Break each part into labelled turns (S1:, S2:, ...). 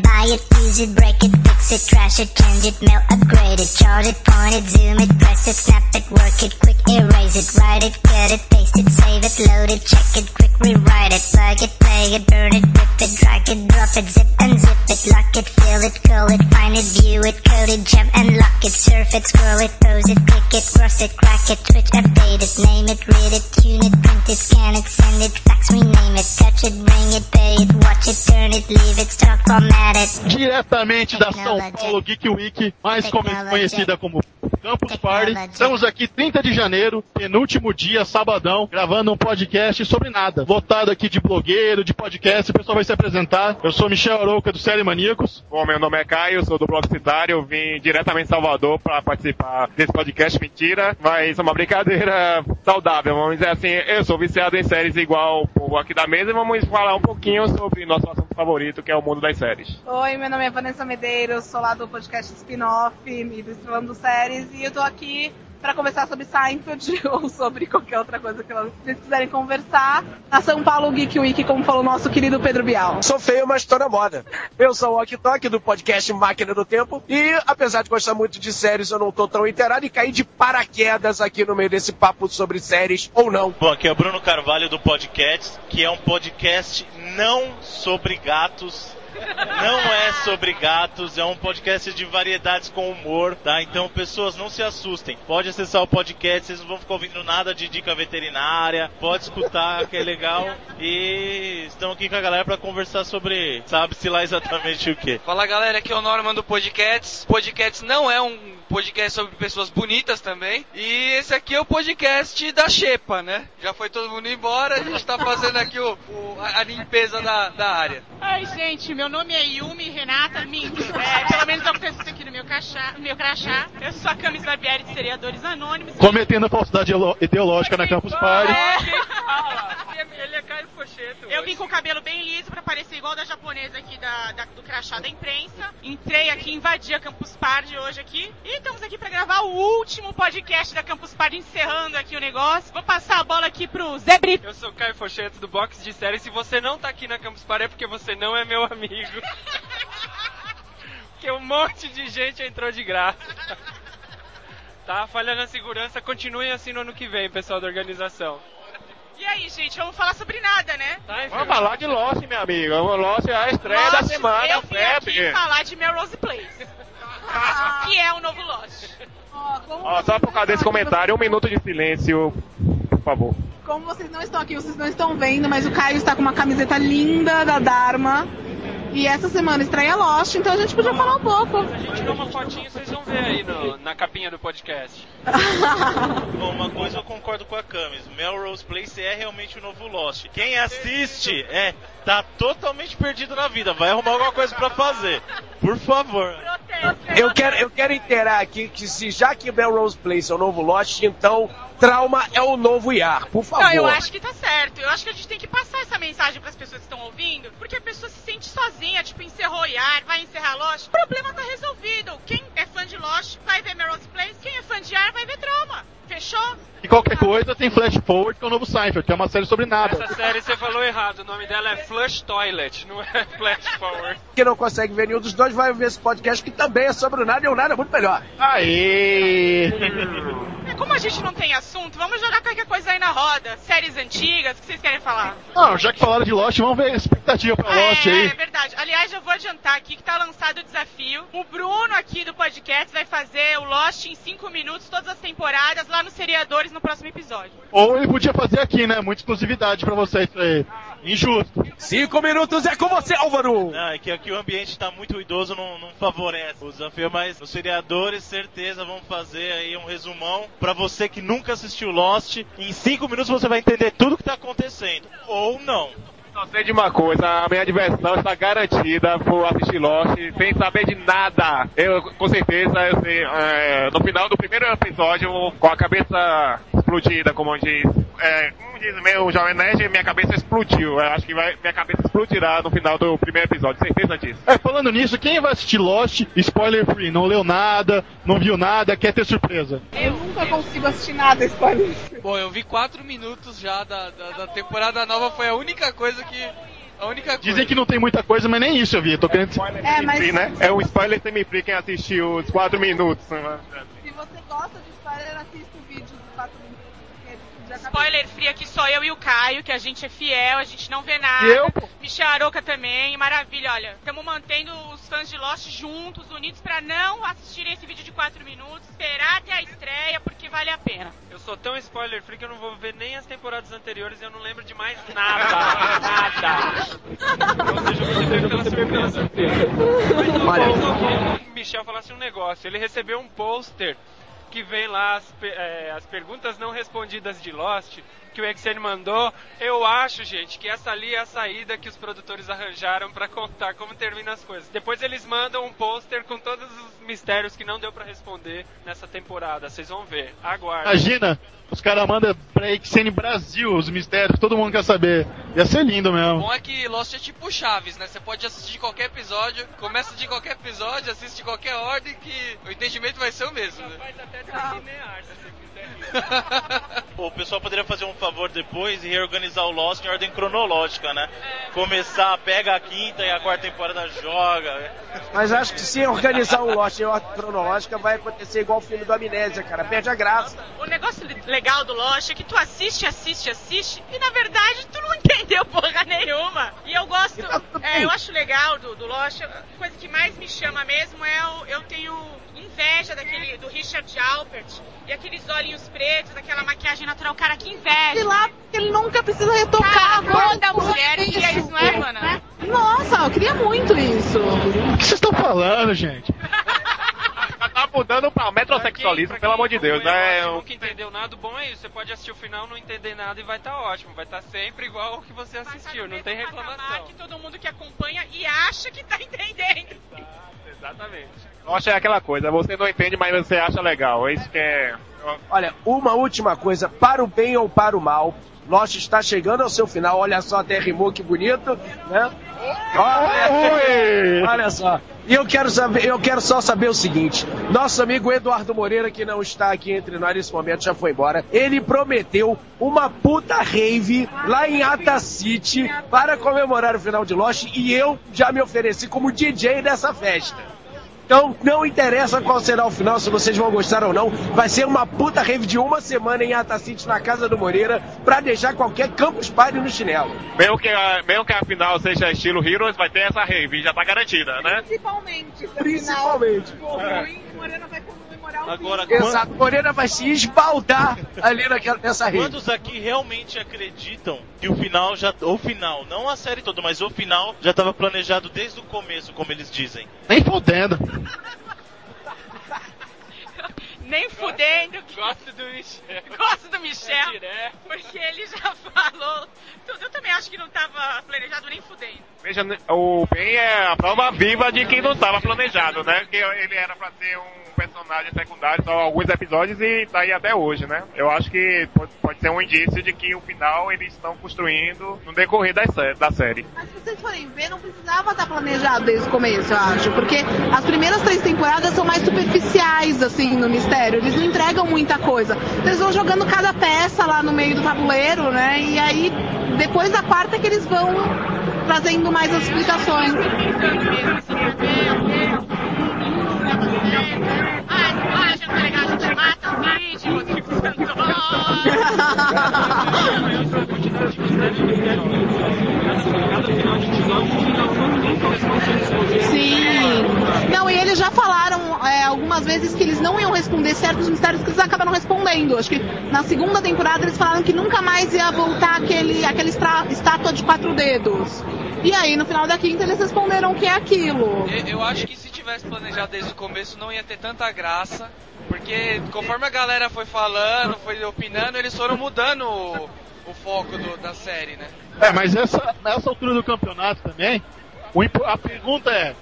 S1: Buy it, use it, break it, fix it, trash it, change it, mail, upgrade it, chart it, point it, zoom it, press it, snap it, work it, quick erase it, write it, cut it, paste it, save it, load it, check it, quick rewrite it, plug it, play it, burn it, rip it, drag it, drop it, zip and zip it, lock it, fill it, curl it, find it, view it, code it, jump and lock it, surf it, scroll it, pose it, click it, cross it, crack it, twitch, update it, name it, read it, tune it, print it, scan it, send it, fax, rename it, touch it, ring it, pay it, watch it, turn it, leave it, stop, format it.
S2: diretamente da São Paulo Geek Week, mais como- conhecida como Campus Party. Estamos aqui 30 de janeiro, penúltimo dia, sabadão, gravando um podcast sobre nada. Lotado aqui de blogueiro, de podcast, o pessoal vai se apresentar. Eu sou Michel Arouca, do Série Maníacos.
S3: Bom, meu nome é Caio, sou do Blog Cidade, eu vim diretamente de Salvador para participar desse podcast Mentira, mas é uma brincadeira saudável, vamos dizer assim, eu sou viciado em séries igual o povo aqui da mesa e vamos falar um pouquinho sobre nosso assunto favorito, que é o mundo das séries.
S4: Oi, meu nome é Vanessa Medeiros, sou lá do podcast Spin-Off e do Estrelando Séries e eu tô aqui pra conversar sobre Seinfeld ou sobre qualquer outra coisa que vocês quiserem conversar na São Paulo Geek Week, como falou nosso querido Pedro Bial.
S5: Sou feio, mas estou na moda. Eu sou o Ok Tok do podcast Máquina do Tempo e, apesar de gostar muito de séries, eu não tô tão inteirado e caí de paraquedas aqui no meio desse papo sobre séries ou não.
S6: Bom, aqui é o Bruno Carvalho do Podcast, que é um podcast não sobre gatos. Não é sobre gatos, é um podcast de variedades com humor, tá? Então, pessoas, não se assustem. Pode acessar o podcast, vocês não vão ficar ouvindo nada de dica veterinária. Pode escutar, que é legal. E estamos aqui com a galera para conversar sobre sabe-se lá exatamente o que.
S7: Fala galera, aqui é o Norman do Podcasts. Podcasts não é um podcast sobre pessoas bonitas também. E esse aqui é o podcast da Xepa, né? Já foi todo mundo embora, a gente tá fazendo aqui o, o- a a limpeza da, da área.
S8: Ai, gente, meu nome é Yumi Renata Minto. É, pelo menos é o que tá escrito aqui no meu, cachá, no meu crachá. Eu sou a Camis Barbieri de Seriadores Anônimos.
S2: Cometendo a falsidade elo- ideológica na Campus Party.
S8: Ele é Caio Pocheto. É. Eu vim com o cabelo bem liso pra parecer igual da japonesa aqui da, da- do crachá da imprensa. Entrei aqui, invadi a Campus Party hoje aqui. E estamos aqui pra gravar o último podcast da Campus Party, encerrando aqui o negócio. Vou passar a bola aqui pro Zé Brito.
S9: Eu sou o Caio Focheto do Box de Série. Se você não tá aqui na Campus Party é porque você não é meu amigo. Porque um monte de gente entrou de graça. Tá, falha na segurança. Continuem assim no ano que vem, pessoal da organização.
S8: E aí, gente, vamos falar sobre nada, né?
S3: Vamos falar de Lost, minha amiga, o Lost é a estreia da
S8: Lost,
S3: semana,
S8: eu vim
S3: febre.
S8: aqui falar de Melrose Place. que é o novo Lost.
S3: Ó, é tá só por causa desse comentário, um minuto de silêncio, por favor.
S4: Como vocês não estão aqui, vocês não estão vendo, mas o Caio está com uma camiseta linda da Dharma. E essa semana estreia Lost, então a gente podia falar um pouco.
S9: Tirou uma fotinho, vocês vão ver aí no- na capinha do podcast.
S6: Bom, uma coisa eu concordo com a Camis, Melrose Place é realmente o novo Lost. Quem assiste é tá totalmente perdido na vida, vai arrumar alguma coisa pra fazer. Por favor.
S5: Eu quero, eu quero inteirar aqui que se já que Melrose Place é o novo Lost, então Trauma é o novo IAR, por favor.
S8: Não, eu acho que tá certo. Eu acho que a gente tem que passar essa mensagem pras pessoas que estão ouvindo, porque a pessoa se sente sozinha, tipo, encerrou Yar, vai encerrar Lost. O problema tá resolvido. Quem é fã de Lost vai ver Melrose Place, quem é fã de Yar vai ver Trauma. Fechou?
S2: E qualquer coisa tem Flash Forward, que é o novo Seinfeld, que é uma série sobre nada.
S9: Essa série você falou errado. O nome dela é Flush Toilet, não é Flash Forward.
S5: Quem não consegue ver nenhum dos dois vai ver esse podcast que também é sobre o nada e o nada é muito melhor.
S2: Aê!
S8: É, Como a gente não tem assunto, vamos jogar qualquer coisa aí na roda. Séries antigas, o que vocês querem falar?
S2: Não, já que falaram de Lost, vamos ver a expectativa pra Lost
S8: é,
S2: aí.
S8: é verdade. Aliás, eu vou adiantar aqui que tá lançado o desafio. O Bruno aqui do podcast vai fazer o Lost em 5 minutos, todas as temporadas, lá nos seriadores no próximo episódio.
S2: Ou ele podia fazer aqui, né? Muita exclusividade pra vocês aí. Injusto.
S5: Cinco minutos é com você, Álvaro!
S6: Não, é que aqui o ambiente tá muito idoso, não, não favorece o desafio, mas os seriadores, certeza, vão fazer aí um resumão pra você que nunca assistiu Lost. Em cinco minutos você vai entender tudo que tá acontecendo. Ou não.
S3: Só sei de uma coisa, a minha diversão está garantida por assistir Lost sem saber de nada. Eu, com certeza, eu sei, é, no final do primeiro episódio, com a cabeça explodida, como diz, é, como diz meu Jovem Nerd, minha cabeça explodiu. Eu acho que vai, minha cabeça explodirá no final do primeiro episódio, certeza disso.
S2: É, falando nisso, quem vai assistir Lost, spoiler free, não leu nada, não viu nada, quer ter surpresa.
S4: Eu nunca consigo assistir nada spoiler.
S7: Bom, eu vi 4 minutos já da, da, da temporada nova, foi a única coisa que A única coisa.
S2: Dizem que não tem muita coisa, mas nem isso eu vi. Eu tô querendo.
S4: É, mas
S3: Free, né? É um spoiler semi-free quem assistiu os 4 minutos. né?
S4: se você gosta de spoiler, assista o vídeo do Pato Limpo.
S8: Spoiler free aqui só eu e o Caio, que a gente é fiel, a gente não vê nada.
S2: E eu, pô?
S8: Michel Aroca também, maravilha, olha. Estamos mantendo os fãs de Lost juntos, unidos, pra não assistirem esse vídeo de 4 minutos, esperar até a estreia, porque vale a pena.
S9: Eu sou tão spoiler free que eu não vou ver nem as temporadas anteriores e eu não lembro de mais nada. nada. Ou seja, eu vou ter pego pela surpresa. Mas eu vou que o Michel falasse um negócio. Ele recebeu um pôster que vem lá as, pe- eh, as perguntas não respondidas de Lost que o Exene mandou. Eu acho, gente, que essa ali é a saída que os produtores arranjaram pra contar como termina as coisas. Depois eles mandam um pôster com todos os mistérios que não deu pra responder nessa temporada. Vocês vão ver. Aguardem.
S2: Imagina, os caras mandam pra XN Brasil os mistérios, todo mundo quer saber. Ia ser lindo
S7: O
S2: mesmo.
S7: bom é que Lost é tipo Chaves, né? Você pode assistir qualquer episódio, começa de qualquer episódio, assiste de qualquer ordem que o entendimento vai ser o mesmo, né?
S9: Faz até linear, se você quiser.
S6: O pessoal poderia fazer um favor depois e reorganizar o Lost em ordem cronológica, né? Começar, pega a quinta e a quarta temporada joga.
S5: Mas acho que se organizar um lote em ordem cronológica, vai acontecer igual o filme do Amnésia, cara. Perde a graça.
S8: O negócio le- legal do Lost é que tu assiste, assiste, assiste e na verdade tu não entendeu porra nenhuma. E eu gosto,
S5: E tá tudo
S8: é,
S5: bem.
S8: eu acho legal do, do Lost, a coisa que mais me chama mesmo é o, eu tenho inveja daquele do Richard Alpert e aqueles olhinhos pretos, aquela maquiagem natural, cara, que
S4: Sei
S8: inveja.
S4: lá, porque ele nunca precisa retocar.
S8: Cara,
S4: agora
S8: toda
S4: foi
S8: mulher queria isso, não é, mana?
S4: Nossa, eu queria muito isso.
S2: O que vocês estão falando, gente?
S3: Já tá mudando pra metrosexualismo, pelo amor de Deus. Né?
S9: Não
S3: Eu-
S9: nunca entendeu nada, o bom é isso. Você pode assistir o final, não entender nada e vai estar ótimo. Vai estar sempre igual ao que você
S8: Passar
S9: assistiu,
S8: no
S9: não tem
S8: mesmo patamar
S9: reclamação.
S8: Que todo mundo que acompanha e acha que tá entendendo.
S9: Exatamente.
S3: Lost é aquela coisa, você não entende, mas você acha legal. É isso que é.
S5: Olha, uma última coisa, para o bem ou para o mal, Lost está chegando ao seu final. Olha só, até rimou, que bonito, né? Olha, olha só. E eu quero, saber, eu quero só saber o seguinte: nosso amigo Eduardo Moreira, que não está aqui entre nós nesse momento, já foi embora. Ele prometeu uma puta rave lá em Ata City para comemorar o final de Lost e eu já me ofereci como DJ dessa festa. Então, não interessa qual será o final, se vocês vão gostar ou não. Vai ser uma puta rave de uma semana em Atacite, na casa do Moreira, pra deixar qualquer Campus Party no chinelo.
S3: Mesmo que, a- mesmo que a final seja estilo Heroes, vai ter essa rave, já tá garantida, né?
S4: Principalmente. se a
S5: Principalmente.
S4: final for ruim, Morena vai comemorar o
S6: Agora,
S4: fim.
S6: quando-
S5: Exato, Moreira vai se esbaldar ali naquela, nessa rave.
S6: Quantos aqui realmente acreditam que o final já. O final, não a série toda, mas o final já estava planejado desde o começo, como eles dizem.
S2: Nem fodendo.
S8: Nem fudendo que
S9: Gosto do Michel. É
S8: gosto do Michel.
S9: Direto.
S8: Porque ele já falou tudo. Eu também acho que não tava planejado nem fudendo.
S3: Veja, o Ben é a prova viva de que não estava planejado, né? Que ele era pra ser um personagem secundário só alguns episódios e tá aí até hoje, né? Eu acho que pode, pode ser um indício de que o final eles estão construindo no decorrer da, sé- da série.
S4: Mas se vocês forem ver, não precisava estar planejado desde o começo, eu acho. Porque as primeiras três temporadas são mais superficiais, assim, no mistério. Eles não entregam muita coisa. Então, Eles vão jogando cada peça lá no meio do tabuleiro, né? E aí, depois da quarta é que eles vão trazendo mais as explicações.
S8: Pensando mesmo, assim, meu Deus. Ah, já tá legal, já mata o vídeo, Rodrigo Santoro.
S4: Sim. Não, e eles já falaram é, algumas vezes que eles não iam responder certos mistérios que eles acabaram respondendo. Acho que na segunda temporada eles falaram que nunca mais ia voltar aquele, aquele estra- estátua de quatro dedos. E aí no final da quinta eles responderam que é aquilo.
S7: Eu, eu acho que se tivesse planejado desde o começo não ia ter tanta graça, porque conforme a galera foi falando, foi opinando, eles foram mudando o, o foco do- da série, né?
S2: É, mas essa, nessa altura do campeonato também, o impo- a pergunta é: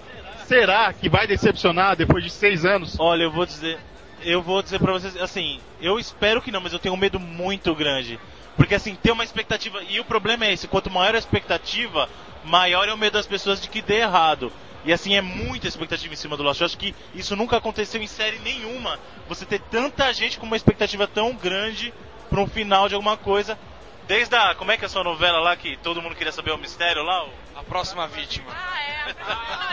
S2: será que vai decepcionar depois de seis anos?
S6: Olha, eu vou dizer. Eu vou dizer pra vocês, assim, eu espero que não, mas eu tenho um medo muito grande. Porque assim, tem uma expectativa. E o problema é esse, quanto maior a expectativa, maior é o medo das pessoas de que dê errado. E assim, é muita expectativa em cima do Lost. Eu acho que isso nunca aconteceu em série nenhuma. Você ter tanta gente com uma expectativa tão grande pra um final de alguma coisa. Desde a. Como é que é a sua novela lá que todo mundo queria saber o mistério lá? o-
S7: A próxima vítima.
S8: Ah, é.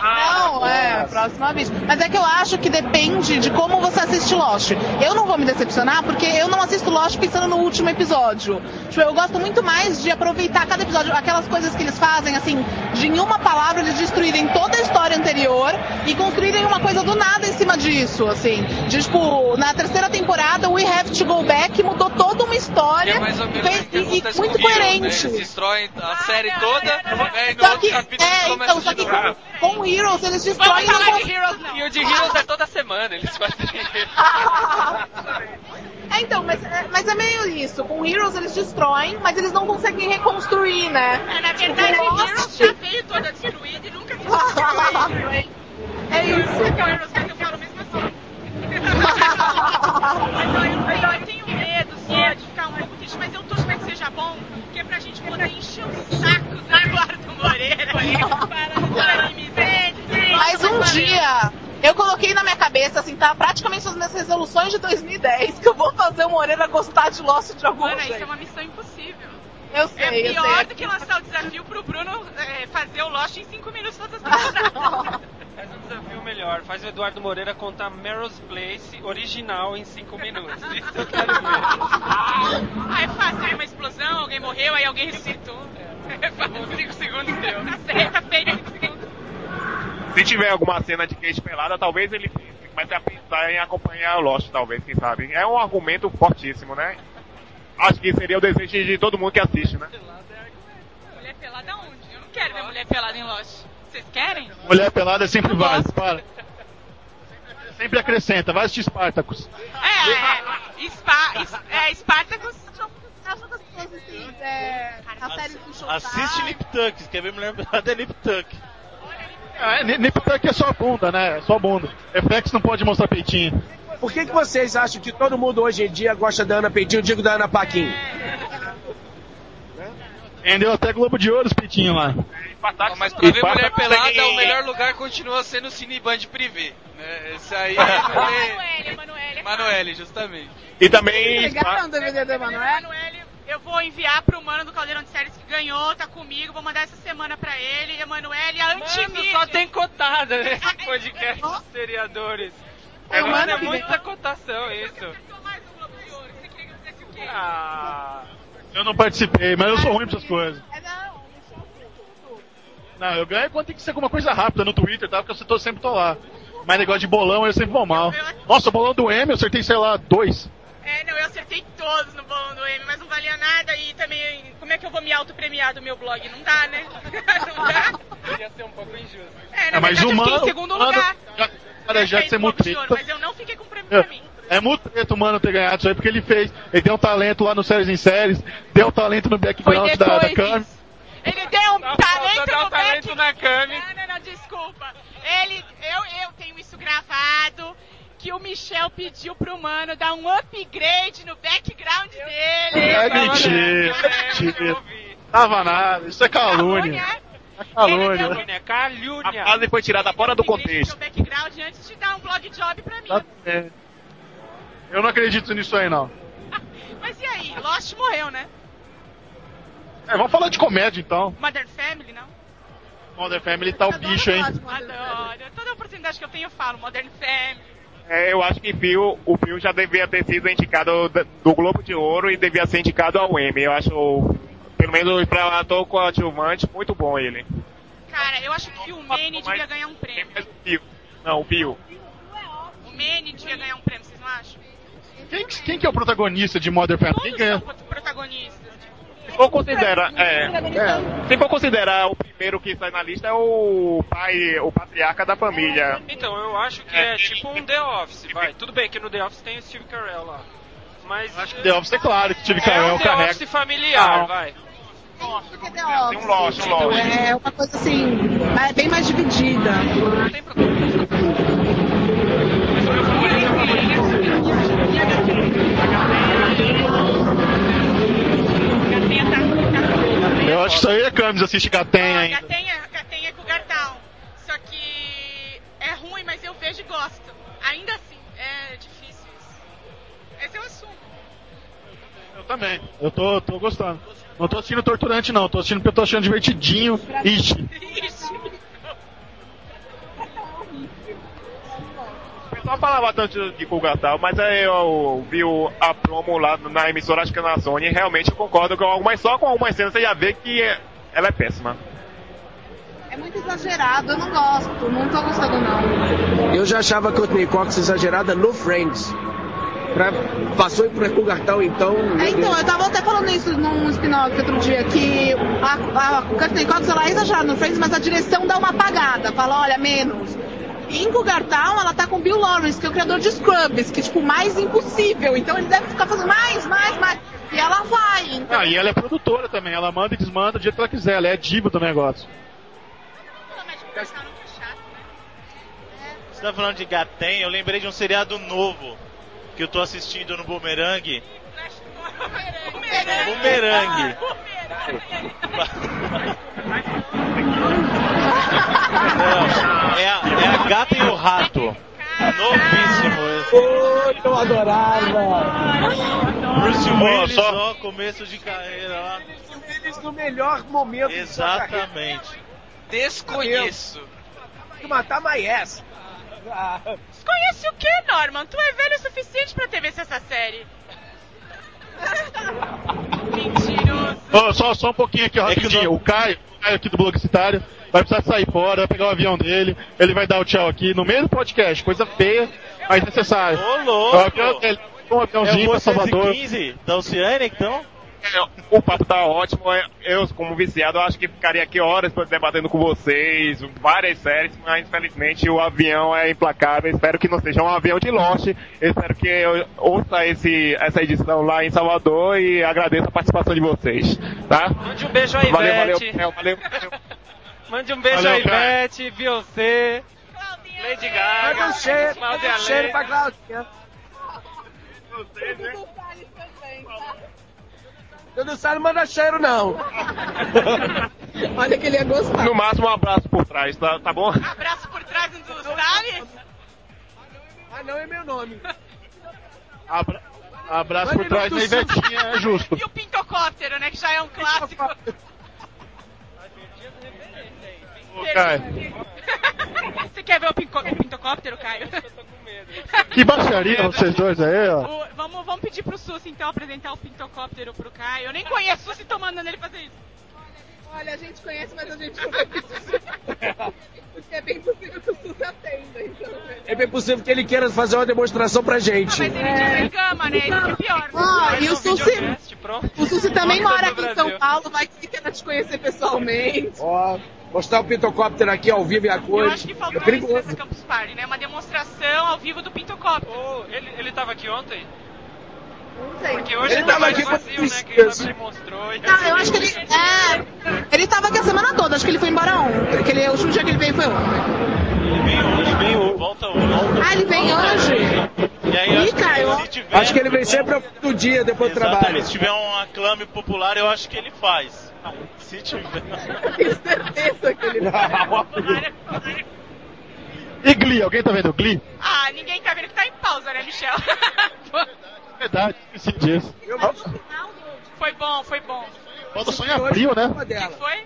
S4: Não, é, a próxima vez. Mas é que eu acho que depende de como você assiste Lost. Eu não vou me decepcionar porque eu não assisto Lost pensando no último episódio. Tipo, eu gosto muito mais de aproveitar cada episódio, aquelas coisas que eles fazem, assim, de em uma palavra eles destruírem toda a história anterior e construírem uma coisa do nada em cima disso, assim. De, tipo, na terceira temporada, We Have to Go Back mudou toda uma história
S7: É mais ou menos
S4: fez-
S7: o que
S4: e,
S7: acontece
S4: e muito
S7: com o Rio, né?
S4: coerente. Ah, é,
S7: Eles destroem a série
S8: não,
S7: toda,
S8: não, não, não.
S7: né, e no
S4: Só
S7: outro
S4: que,
S7: capítulo eles
S4: é,
S7: começam
S4: então, só que
S7: de novo.
S4: com, com Heroes eles destroem
S8: Vamos
S4: e
S8: falar
S4: não
S8: de Heroes, não.
S7: E o de Heroes é toda semana, eles fazem isso.
S4: É, então, mas é, mas é meio isso. Com Heroes eles destroem, mas eles não conseguem reconstruir, né?
S8: É, na verdade,
S4: Tipo,
S8: o Heroes
S4: Lost.
S8: já veio toda destruída e nunca me
S4: É
S8: Porque o
S4: isso.
S8: Heroes eu falo mesmo assim. Mas olha, eu tenho medo só de ficar um pouco triste, mas eu torço pra que seja bom, que é pra gente poder encher o saco do Eduardo Moreira para os animes.
S4: Mas um dia. Eu coloquei na minha cabeça, assim, tá praticamente nas minhas resoluções de 2010, que eu vou fazer o Moreira gostar de Lost de algum
S8: Mano, isso é
S4: jeito.
S8: uma missão impossível.
S4: Eu
S8: É
S4: sei, eu
S8: pior
S4: sei.
S8: do que lançar o desafio pro Bruno é, fazer o Lost em 5 minutos todas as temporadas.
S9: Faz um desafio melhor. Faz o Eduardo Moreira contar Meryl's Place original em 5 minutos. Isso eu quero ver.
S8: Aí é fácil, aí uma explosão, alguém morreu, aí alguém ressuscitou. Tá É fácil, 5 segundos deu. Acerta, feita, 5 segundos.
S3: Se tiver alguma cena de queijo pelada, talvez ele comece a pensar em acompanhar o Lost, talvez, quem sabe. É um argumento fortíssimo, né? Acho que seria o desejo de todo mundo que assiste, né?
S8: Mulher é pelada onde? Eu não quero ver mulher pelada em Lost. Vocês querem?
S2: Mulher pelada sempre vale, para. Sempre acrescenta, vai assistir Spartacus.
S8: É, é. Spa, es, é Spartacus.
S4: a série do Showtime.
S6: Assiste Nip Tuck, quer ver mulher pelada é Nip Tuck.
S2: É, ni- Nip Tuck é só bunda, né? É só bunda. FX não pode mostrar peitinho.
S5: Por que, que vocês acham que todo mundo hoje em dia gosta da Ana Peitinho? Digo da Ana Paquim.
S2: Vendeu até Globo de Ouro os peitinhos lá.
S3: Empatar
S7: Mas pra ver
S2: Empatar
S7: mulher
S2: com
S7: pelada,
S2: ninguém.
S7: o melhor lugar continua sendo o Cineband privê. Né? Esse aí é...
S8: Manoel, Manoel.
S7: Manoel, justamente.
S3: E também...
S4: Pegaram o DVD do Emanuel?
S8: Emanuele, eu vou enviar pro mano do Caldeirão de Séries que ganhou, tá comigo, vou mandar essa semana pra ele. Emanuele, a
S9: Mano,
S8: antivírus.
S9: só tem cotada nesse podcast dos seriadores.
S4: É o
S9: Mano, é
S4: ano que
S9: muita
S4: vem.
S9: cotação isso.
S8: mais um Globo de Ouro, você queria que eu fizesse o quê?
S9: Ah,
S2: Eu não participei, mas eu sou ruim pra essas coisas.
S4: É, não, o Michel tem tudo.
S2: Não, eu ganho quando tem que ser alguma coisa rápida no Twitter, tá? Porque eu tô- sempre tô lá. Mas negócio de bolão, eu sempre vou mal. Nossa, o bolão do M, eu acertei, sei lá, dois.
S8: É, não, eu acertei todos no bolão do M, mas não valia nada e também, como é que eu vou me autopremiar do meu blog? Não dá, né? não dá.
S9: podia ser um pouco injusto.
S8: É, na
S2: É, mas
S8: verdade,
S2: o
S8: eu fiquei
S2: mano.
S8: em segundo
S2: mano,
S8: lugar.
S2: já, cara, já de
S8: Fez
S2: ser
S8: Globo
S2: muito
S8: de Ouro,
S2: triste.
S8: Mas eu não fiquei com prêmio
S2: É,
S8: pra mim.
S2: é muito preto, mano, ter ganhado isso aí, porque ele fez. Ele deu um talento lá no Séries em Séries, deu um talento no background da, da câmera.
S8: Ele deu um
S9: Tá
S8: talento
S9: faltando
S8: no
S9: o talento
S8: back-
S9: na Cami.
S8: Não, não, não, desculpa. Ele, eu, eu tenho isso gravado. Que o Michel pediu pro mano dar um upgrade no background dele.
S2: É
S9: Tava nessa, né?
S2: mentira,
S9: Eu
S2: mentira.
S9: ouvi.
S2: Tava nada, isso é
S8: Tá
S2: calúnia.
S8: né?
S2: É calúnia.
S9: Calúnia,
S3: A
S9: calúnia.
S3: frase foi tirada fora do
S8: um Upgrade
S3: contexto.
S8: no background antes de dar um blog job pra mim.
S2: Tá- é. Eu não acredito nisso aí, não.
S8: Mas e aí? Lost morreu, né?
S2: É, vamos falar de comédia então.
S8: Modern Family, não?
S2: Modern Family tá o bicho,
S8: é
S2: hein?
S8: Adoro. Toda oportunidade que eu tenho eu falo Modern Family.
S3: É, eu acho que Bill, o Bill já devia ter sido indicado da- do Globo de Ouro e devia ser indicado ao Emmy. Eu acho, pelo menos pra ator coadjuvante, muito bom ele.
S8: Cara, eu acho que o Manny
S3: Mas-
S8: devia ganhar um
S3: Quem
S8: prêmio.
S3: faz o Bill? Não, o Bill.
S8: O Manny devia ganhar um prêmio, vocês não acham?
S2: Quem, quem que é o protagonista de Modern Family? Quem
S8: Todos
S2: ganha?
S8: são protagonistas.
S3: Se for considerar, é, se for considerar o primeiro que sai na lista é o pai, o patriarca da família.
S9: Então, eu acho que é tipo um The Office, vai. Tudo bem que no The Office tem o Steve Carell lá. Mas. eh,
S2: Acho que The Office é Ah. claro que Steve
S9: é
S2: Carell
S9: um The
S2: carrega.
S9: Office familiar,
S2: Não.
S9: vai.
S3: Tem um lote, um lote.
S4: É uma coisa assim, é bem mais dividida.
S9: Não tem protagonista.
S8: Gatenha tá
S2: Eu acho que isso aí é Camis assiste Gatenha
S8: Gatenha.
S2: ainda.
S8: Gatenha, Gatenha com o Gartal. Só que é ruim, mas eu vejo e é gosto. Ainda assim, é difícil isso. Esse eu assumo.
S2: Eu também. Eu tô, tô gostando. Não tô assistindo torturante, não. Tô assistindo porque eu tô achando divertidinho. Ixi.
S3: Só falava tanto de Kugatal, mas aí eu vi o- a promo lá na emissora, acho que é na Sony, e realmente eu concordo com algumas, só com algumas cenas você já vê que é- ela é péssima.
S4: É muito exagerado, eu não gosto, não tô gostando não.
S5: Eu já achava que Courtney Cox é exagerada no Friends. Pra- passou pra Cougartal, então.
S4: É,
S5: meu
S4: então,
S5: Deus.
S4: eu tava até falando isso num spin-off outro dia, que a, a Courtney Cox, ela é exagerada no Friends, mas a direção dá uma apagada, fala, olha, menos. Em Cougar Town, ela tá com o Bill Lawrence, que é o criador de Scrubs, que é, tipo, mais impossível. Então, ele deve ficar fazendo mais, mais, mais. E ela vai, então.
S2: Ah, e ela é produtora também. Ela manda e desmanda do jeito que ela quiser. Ela é a diva do negócio.
S6: Você tá falando de Gaten? Eu lembrei de um seriado novo que eu tô assistindo no Boomerang. Boomerang. Não, é, a, é a gata e o rato. Novíssimo esse.
S5: Puta, eu adorava!
S6: Bruce Willis,
S2: só-
S6: só começo de carreira lá.
S5: Eles no melhor momento de sua carreira.
S6: Exatamente.
S7: Desconheço.
S5: Tem que matar my ass. Ah,
S8: Desconhece o que, Norman? Tu é velho o suficiente pra ter visto essa série. Mentiroso.
S2: Ô, só, só um pouquinho aqui, ó,
S6: É que
S2: rapidinho.
S6: não-
S2: O Caio, o Caio aqui do Bloco Citário, vai precisar sair fora, vai pegar o avião dele, ele vai dar o tchau aqui no meio do podcast, coisa feia, mas necessária.
S6: Ô,
S2: O avião
S6: louco!
S2: dele, um
S6: É
S2: aviãozinho pra
S6: o
S2: Salvador.
S6: 15 da Oceânica, então?
S3: É, O papo tá ótimo, é, eu como viciado eu acho que ficaria aqui horas debatendo com vocês, várias séries, mas infelizmente o avião é implacável, espero que não seja um avião de Lost, espero que eu ouça esse, essa edição lá em Salvador e agradeço a participação de vocês, tá?
S9: Mande um beijo aí,
S3: Valeu, valeu,
S9: Ivete.
S3: valeu, valeu.
S9: Mande um beijo
S2: Valeu,
S9: aí,
S2: cara.
S9: Ivete, Beyoncé, Lady Gaga,
S5: Manda um cheiro,
S9: Ismael de
S5: manda um cheiro
S9: Alê.
S5: pra Claudinha. Eu não saio, manda cheiro, não.
S4: Olha que ele ia gostar.
S3: No máximo um abraço por trás, tá, tá bom?
S8: Abraço por trás dos Stalin.
S5: Ah, não é meu nome.
S2: Abra- abraço
S5: Mas
S2: por trás da
S5: ele não
S2: Ivetinha, é justo.
S8: E o Pintocóptero, né? Que já é um clássico.
S2: Ô, Caio.
S8: Você quer ver o pinco- o Pintocóptero, Caio?
S2: Que baixaria vocês dois aí, ó.
S8: O- vamos, vamos pedir pro Sussi, então, apresentar o pintocóptero pro Caio. Eu nem conheço o Sussi, tô mandando ele fazer isso.
S4: Olha, a gente conhece, mas a gente não vai Porque é bem possível que o SUS atenda, então.
S5: É bem possível que ele queira fazer uma demonstração pra gente.
S8: Mas ele diz em cama, né? Isso que é pior.
S4: Ah, e o Sussi,
S9: Videocast, pronto.
S4: o Sussi também
S9: Volta
S4: mora
S9: pro
S4: aqui em
S9: Brasil.
S4: São Paulo, vai que quer te conhecer pessoalmente.
S5: Ó, mostrar o pitocóptero aqui ao vivo e a
S8: Eu
S5: cor.
S8: acho que
S5: É
S8: faltou isso nessa
S5: perigoso.
S8: Campus Party, né? Uma demonstração ao vivo do pintocóptero.
S9: Ô, ele, ele tava aqui ontem?
S4: Não sei.
S9: Porque hoje
S5: Ele
S9: ele tá
S5: tava
S9: mais
S5: aqui com
S9: vazio, né? Quem
S5: tristeza.
S9: sabe ele mostrou. e-
S4: Ah, eu acho que ele. É. Ele tava aqui a semana toda, acho que ele foi embora ontem. Que ele, o último dia que ele veio foi ontem.
S6: Ele vem hoje, vem hoje. Volta hoje.
S4: Ah, ele vem hoje?
S6: E aí, eu acho
S4: Ih, Caio.
S6: que se tiver-
S5: Acho que ele vem sempre ao fim do dia, depois do
S6: Exatamente,
S5: trabalho.
S6: Se tiver um aclame popular, eu acho que ele faz. Se tiver.
S4: Eu tenho certeza que ele
S2: E Glee, alguém tá vendo Glee?
S8: Ah, ninguém tá vendo que tá em pausa, né, Michel?
S2: Verdade, esqueci disso.
S5: Eu-
S8: foi bom, foi bom.
S2: Volta só em abril, né?
S5: Uma dela.
S8: Foi?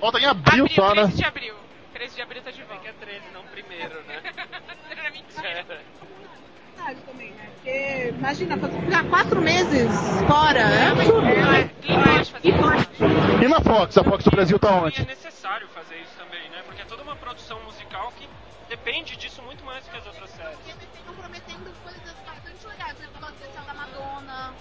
S2: Volta em abril só, né?
S8: 13 de abril. 13 de abril tá de volta.
S9: É 13, não primeiro, né?
S8: Era É mentira.
S9: É.
S4: verdade também, né? Porque, imagina, fazer- ficar quatro meses fora. É absurdo.
S8: Quem pode fazer isso?
S2: E na Fox? A Fox do Brasil tá
S9: E é
S2: onde?
S9: necessário fazer isso também, né? Porque é toda uma produção musical que depende disso muito mais do que as outras séries.
S4: Estão prometendo coisas bastante legais, né? Por causa do especial da Madonna,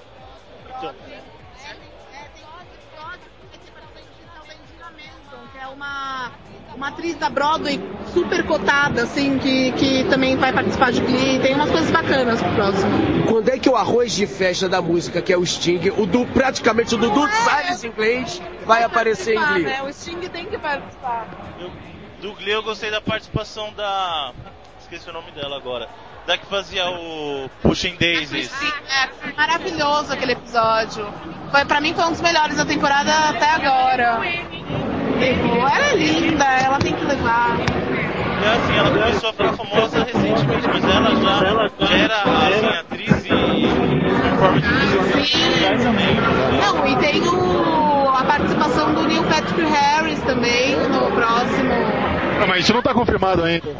S6: Então.
S4: É, tem- é, tem ódio, ódio, porque tem pra Valentina, a Valentina Manson, que é uma, uma atriz da Broadway super cotada, assim, que, que também vai participar de Glee. Tem umas coisas bacanas pro próximo.
S5: Quando é que o arroz de festa da música, que é o Sting, o du, praticamente o Dudu Salles em inglês, vai aparecer em
S4: Participar,
S5: inglês?
S4: né? O Sting tem que participar.
S6: Eu- do Glee eu gostei da participação da. Esqueci o nome dela agora. Da que fazia o Pushing Daisies.
S4: É maravilhoso aquele episódio. Foi, pra mim foi um dos melhores da temporada até agora. Tipo, ela é linda, ela tem que levar.
S6: É assim, ela começou a ficar famosa recentemente, mas ela já, já era assim, atriz e performance musical
S4: E, não, e tem o, a participação do Neil Patrick Harris também no próximo.
S2: Não, mas isso não tá confirmado ainda.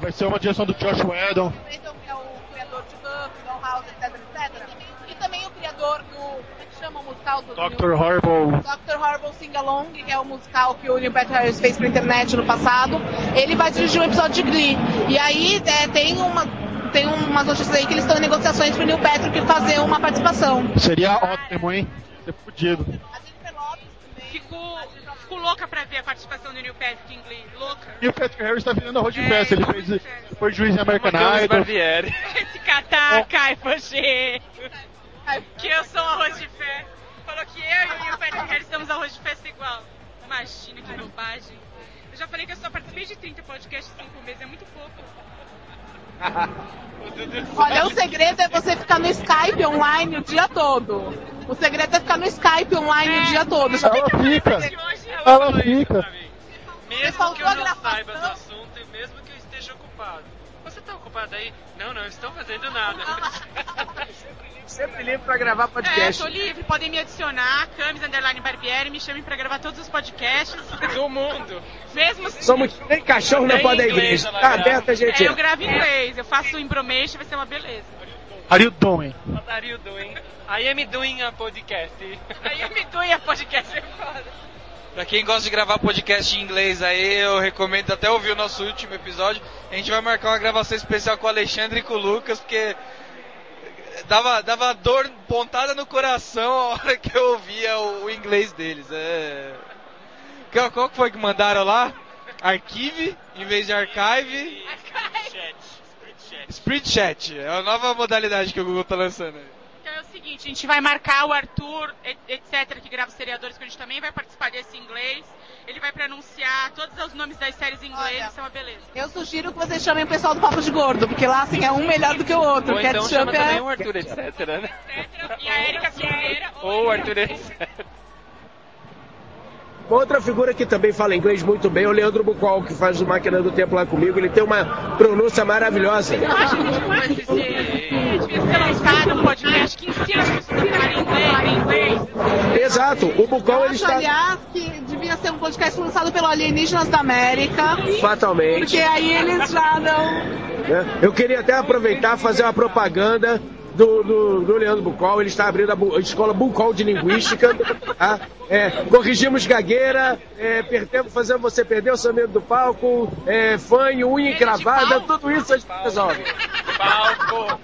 S2: Vai ser uma direção do Josh Whedon.
S4: Nathan, que é o criador de Buffy, Dollhouse, etc, etc. E também o criador do. Como é que chama o musical do.
S2: Dr. Horrible.
S4: Dr. Horrible Sing Along, que é o musical que o Neil Patrick Harris fez pra internet no passado. Ele vai dirigir um episódio de Glee. E aí é, tem uma. Tem umas notícias aí que eles estão em negociações pro Neil Patrick fazer uma participação.
S2: Seria ótimo, hein? Ser fudido.
S4: A Jennifer Lopes também.
S8: Ficou, ficou louca pra ver a participação do Neil Patrick em Glee. Louca.
S2: E o Patrick Harris tá virando a Road Fest. Ele fez, foi juiz em American
S9: Carlos
S2: Idol.
S9: Barbieri.
S8: Se catar,
S5: É.
S9: é
S8: cai, você. Que eu sou arroz de fé. Falou que eu e o Patrick Harris somos arroz de festa igual. Imagina que bobagem. Eu já falei que eu só participei de 30 podcasts em 5 meses, é muito pouco.
S4: Olha, o segredo é você ficar no Skype online o dia todo. O segredo é ficar no Skype online o dia todo. Só
S2: Ela
S4: tem que-
S2: fica.
S8: E hoje eu
S2: Ela
S9: Falou isso
S2: fica.
S9: pra mim.
S4: Você
S9: Mesmo
S4: faltou
S9: que eu
S4: a
S9: não
S4: gravação?
S9: saiba do assunto e mesmo que eu esteja ocupado. Você tá ocupado aí? Não, não, eu estou fazendo nada.
S5: Sempre tá livre pra gravar
S8: é,
S5: podcast.
S8: tô livre, podem me adicionar, Camis Underline Barbieri, me chamem pra gravar todos os podcasts,
S9: do mundo.
S8: mesmo
S5: Somos que nem cachorro na
S9: Tem
S5: porta da
S9: inglês,
S5: igreja.
S9: ela
S5: Tá
S9: grava.
S5: aberta,
S8: É,
S5: gente.
S8: eu gravo em inglês, eu faço um embromation, vai ser uma beleza.
S2: Are you doing?
S9: What are you doing? I am doing a podcast.
S8: Aí eu me doia podcast é foda.
S7: Pra quem gosta de gravar podcast em inglês aí, eu recomendo até ouvir o nosso último episódio. A gente vai marcar uma gravação especial com o Alexandre e com o Lucas, porque dava, dava dor pontada no coração a hora que eu ouvia o, o inglês deles. É... Qual, qual que foi que mandaram lá? Archive em vez de archive? Split Chat. É a nova modalidade que o Google tá lançando aí.
S8: Então é o seguinte, a gente vai marcar o Arthur, et- etc, que grava os seriadores, que a gente também vai participar desse em inglês. Ele vai pronunciar todos os nomes das séries em inglês,
S4: Olha.
S8: isso é uma beleza.
S4: Eu sugiro que vocês chamem o pessoal do Papo de Gordo, porque lá assim é um melhor do que o outro.
S9: Ou então chama
S4: Ketchup
S9: também
S4: é.
S9: o Arthur, etc, né?
S8: Tetra E a Erika Silveira.
S9: Ou Arthur, é etc.
S5: Uma outra figura que também fala inglês muito bem é o Leandro Bucol, que faz o Máquina do Tempo lá comigo. Ele tem uma pronúncia maravilhosa.
S8: acho que demais esse devia ser lançado um podcast que ensina as pessoas a falarem inglês, inglês.
S5: Exato. O Bucol,
S4: Eu
S5: ele
S4: acho,
S5: está
S4: aliás, que devia ser um podcast lançado pelo Alienígenas da América,
S5: fatalmente.
S4: porque aí eles já não.
S5: né? Eu queria até aproveitar e fazer uma propaganda do, do, do Leandro Bucol. Ele está abrindo a, Bu- a escola Bucol de Linguística. tá? É, corrigimos gagueira, é, perdemos, fazemos você perder o seu medo do palco, é, fanho, unha encravada, tudo isso a gente resolve.
S9: Palco.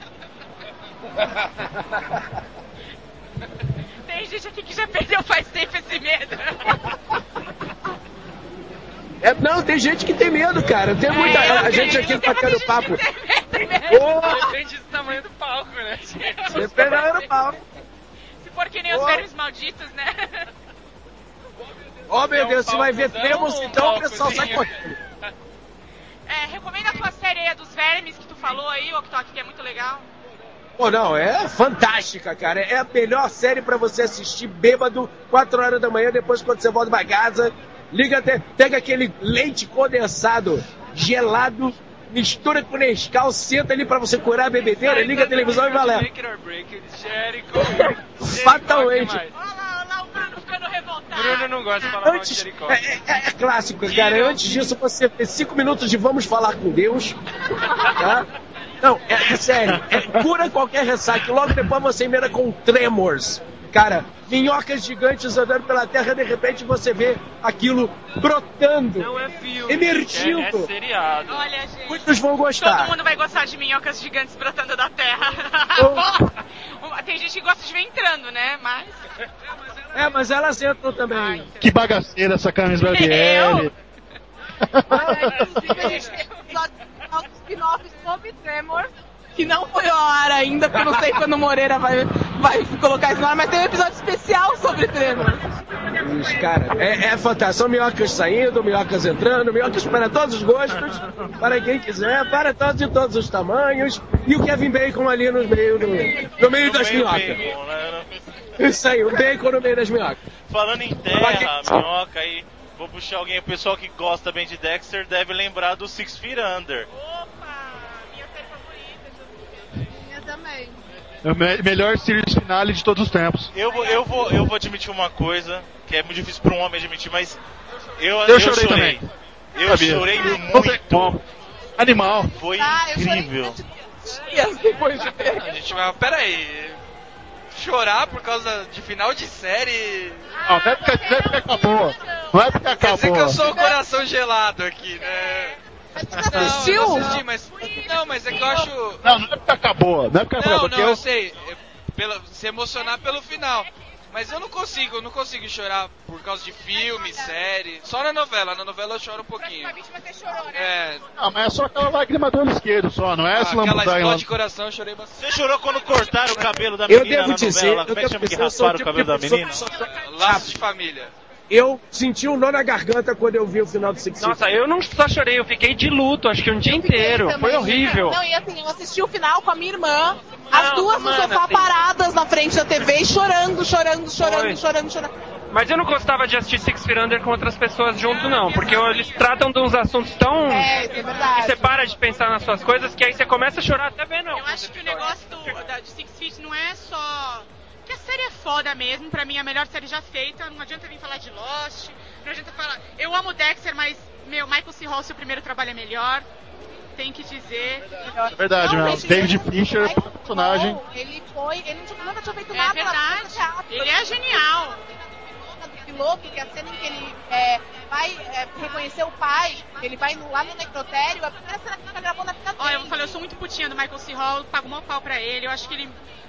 S8: Tem gente aqui que já perdeu faz tempo esse medo.
S5: É, não, tem gente que tem medo, cara. Tem muita
S8: É,
S5: a, a
S8: eu
S5: gente
S8: tenho-
S5: aqui
S8: tem muita
S5: batendo
S8: gente
S5: papo.
S8: que tem medo primeiro.
S5: Ô,
S9: Depende do tamanho do palco, né? gente?
S5: Sempre era o palco.
S8: Se for que nem os
S5: Ô.
S8: vermes malditos, né?
S5: Ó,
S9: É
S5: meu
S9: um
S5: Deus, você vai ver
S9: palcozão
S5: Tremos,
S9: ou um
S5: então o pessoal sai
S9: palcozinho?
S5: correndo.
S8: É, recomenda a tua série aí, a dos vermes que tu falou aí, Octok, que é muito legal.
S5: Pô, não, é fantástica, cara. É a melhor série pra você assistir bêbado, 4 horas da manhã, depois quando você volta pra casa. Liga até, pega aquele leite condensado, gelado, mistura com Nescau, senta ali pra você curar a bebedeira, liga a televisão e vai lá.
S9: Make it or break it. Jericho.
S5: Fatalmente.
S9: Jericho, o que mais?
S8: Olha lá, olha lá o Bruno ficando revoltado.
S9: Bruno não gosta de falar mal de
S5: Antes,
S9: Jericho.
S5: é, é- é clássico, cara. Antes disso, você tem cinco minutos de vamos falar com Deus. Tá? Não, é, é sério. É, cura qualquer ressaca. E Logo depois você emenda com tremors. Cara, minhocas gigantes andando pela terra, de repente você vê aquilo brotando.
S9: Não é filme.
S5: Emergindo.
S9: É, é seriado.
S8: Olha, gente.
S5: Muitos vão
S8: Todo
S5: gostar.
S8: mundo vai gostar de minhocas gigantes brotando da terra. Tem gente que gosta de ver entrando, né? Mas.
S5: É, mas elas entram também.
S2: Que bagaceira essa Camis Barbieri.
S8: Eu?
S4: Só só o spin-off sobre Tremors, que não foi ao ar ainda, porque eu não sei quando o Moreira vai, vai colocar isso no ar, mas tem um episódio especial sobre Tremors.
S5: Mas, Cara, é, é fantástico. São minhocas saindo, minhocas entrando, minhocas para todos os gostos, para quem quiser, para todos de todos os tamanhos. E o Kevin Bacon ali no meio, do, no meio das minhocas.
S6: Bacon, né?
S5: Isso aí, o Bacon no meio das minhocas.
S6: Falando em terra, minhoca aí, vou puxar alguém, o pessoal que gosta bem de Dexter deve lembrar do Six Feet Under.
S8: Opa! Minha série favorita.
S4: Minha também.
S2: É o me- melhor series finale de todos os tempos.
S6: Eu vou, eu vou, eu vou admitir uma coisa que é muito difícil para um homem admitir, mas eu,
S2: Eu chorei também.
S6: Eu
S2: Sabia.
S6: chorei
S2: Não tem
S6: muito.
S2: como. Animal.
S6: Foi
S4: Ah, eu chorei
S6: incrível.
S4: dias depois de ver.
S7: A gente vai. Peraí. Chorar por causa de final de série.
S4: Ah,
S2: Não, não é porque, não é porque acabou. Não é porque
S7: Quer dizer
S2: acabou.
S7: que eu sou o coração gelado aqui, né?
S4: Mas É. você
S7: Não,
S4: assistiu?
S7: eu assisti, mas. Não, mas é que eu acho.
S2: Não, não é porque acabou. Não é porque acabou.
S7: Não, não,
S2: Porque
S7: eu
S2: eu...
S7: sei. é Pela, se emocionar pelo final. Mas eu não consigo, eu não consigo chorar por causa de filme, série. Só na novela, na novela eu choro um pouquinho.
S8: Praticamente você chorou, né?
S7: É,
S2: Ah, mas é só aquela lágrima do olho esquerdo só, não é esse
S7: aquela
S2: lambudão.
S7: explode de coração eu chorei bastante.
S6: Você chorou quando cortaram o cabelo da menina
S5: Eu devo
S6: na
S5: dizer,
S6: novela?
S5: eu
S6: Como é
S5: devo
S6: que chama que
S5: dizer, eu sou o
S6: rasparam o
S5: tipo
S6: cabelo
S5: de
S6: da
S5: pessoa
S6: menina?
S5: que só-
S7: Laços de família.
S5: Eu senti um nó na garganta quando eu vi o final do Six
S9: Nossa, eu não só chorei, eu fiquei de luto, acho que um dia inteiro.
S4: Também.
S9: Foi horrível.
S4: Não, e assim, eu assisti o final com a minha irmã, as duas no
S9: mano,
S4: sofá
S9: assim-
S4: paradas na frente da TV e chorando, chorando, chorando,
S9: Foi.
S4: chorando, chorando.
S9: Mas eu não gostava de assistir Six Feet Under com outras pessoas junto, não, porque eles tratam de uns assuntos tão.
S4: É, isso
S9: que
S4: é
S9: você
S4: verdade.
S9: para de pensar nas suas coisas que aí você começa a chorar até vendo.
S8: Eu acho que o negócio do, da, de Six Feet não é só. Que a série é foda mesmo, pra mim é a melhor série já feita. Não adianta vir falar de Lost, não adianta falar. Eu amo Dexter, mas, meu, Michael C. Hall, seu primeiro trabalho é melhor. Tem que dizer. Então,
S2: É verdade, meu.
S4: Realmente,
S2: David
S4: ele-
S2: Fincher,
S4: Michael
S2: personagem.
S4: Cole, Ele foi, ele não tinha, nunca tinha feito
S8: É
S4: nada
S8: verdade.
S4: no teatro.
S8: Ele é genial.
S4: do piloto, que é a cena em que ele é, vai é, reconhecer o pai, ele vai no- lá no necrotério, a primeira cena que ele tá gravou na vida
S8: Olha, eu
S4: dele.
S8: vou falar, eu sou muito putinha do Michael C. Hall, pago mó pau pra ele. Eu acho que ele,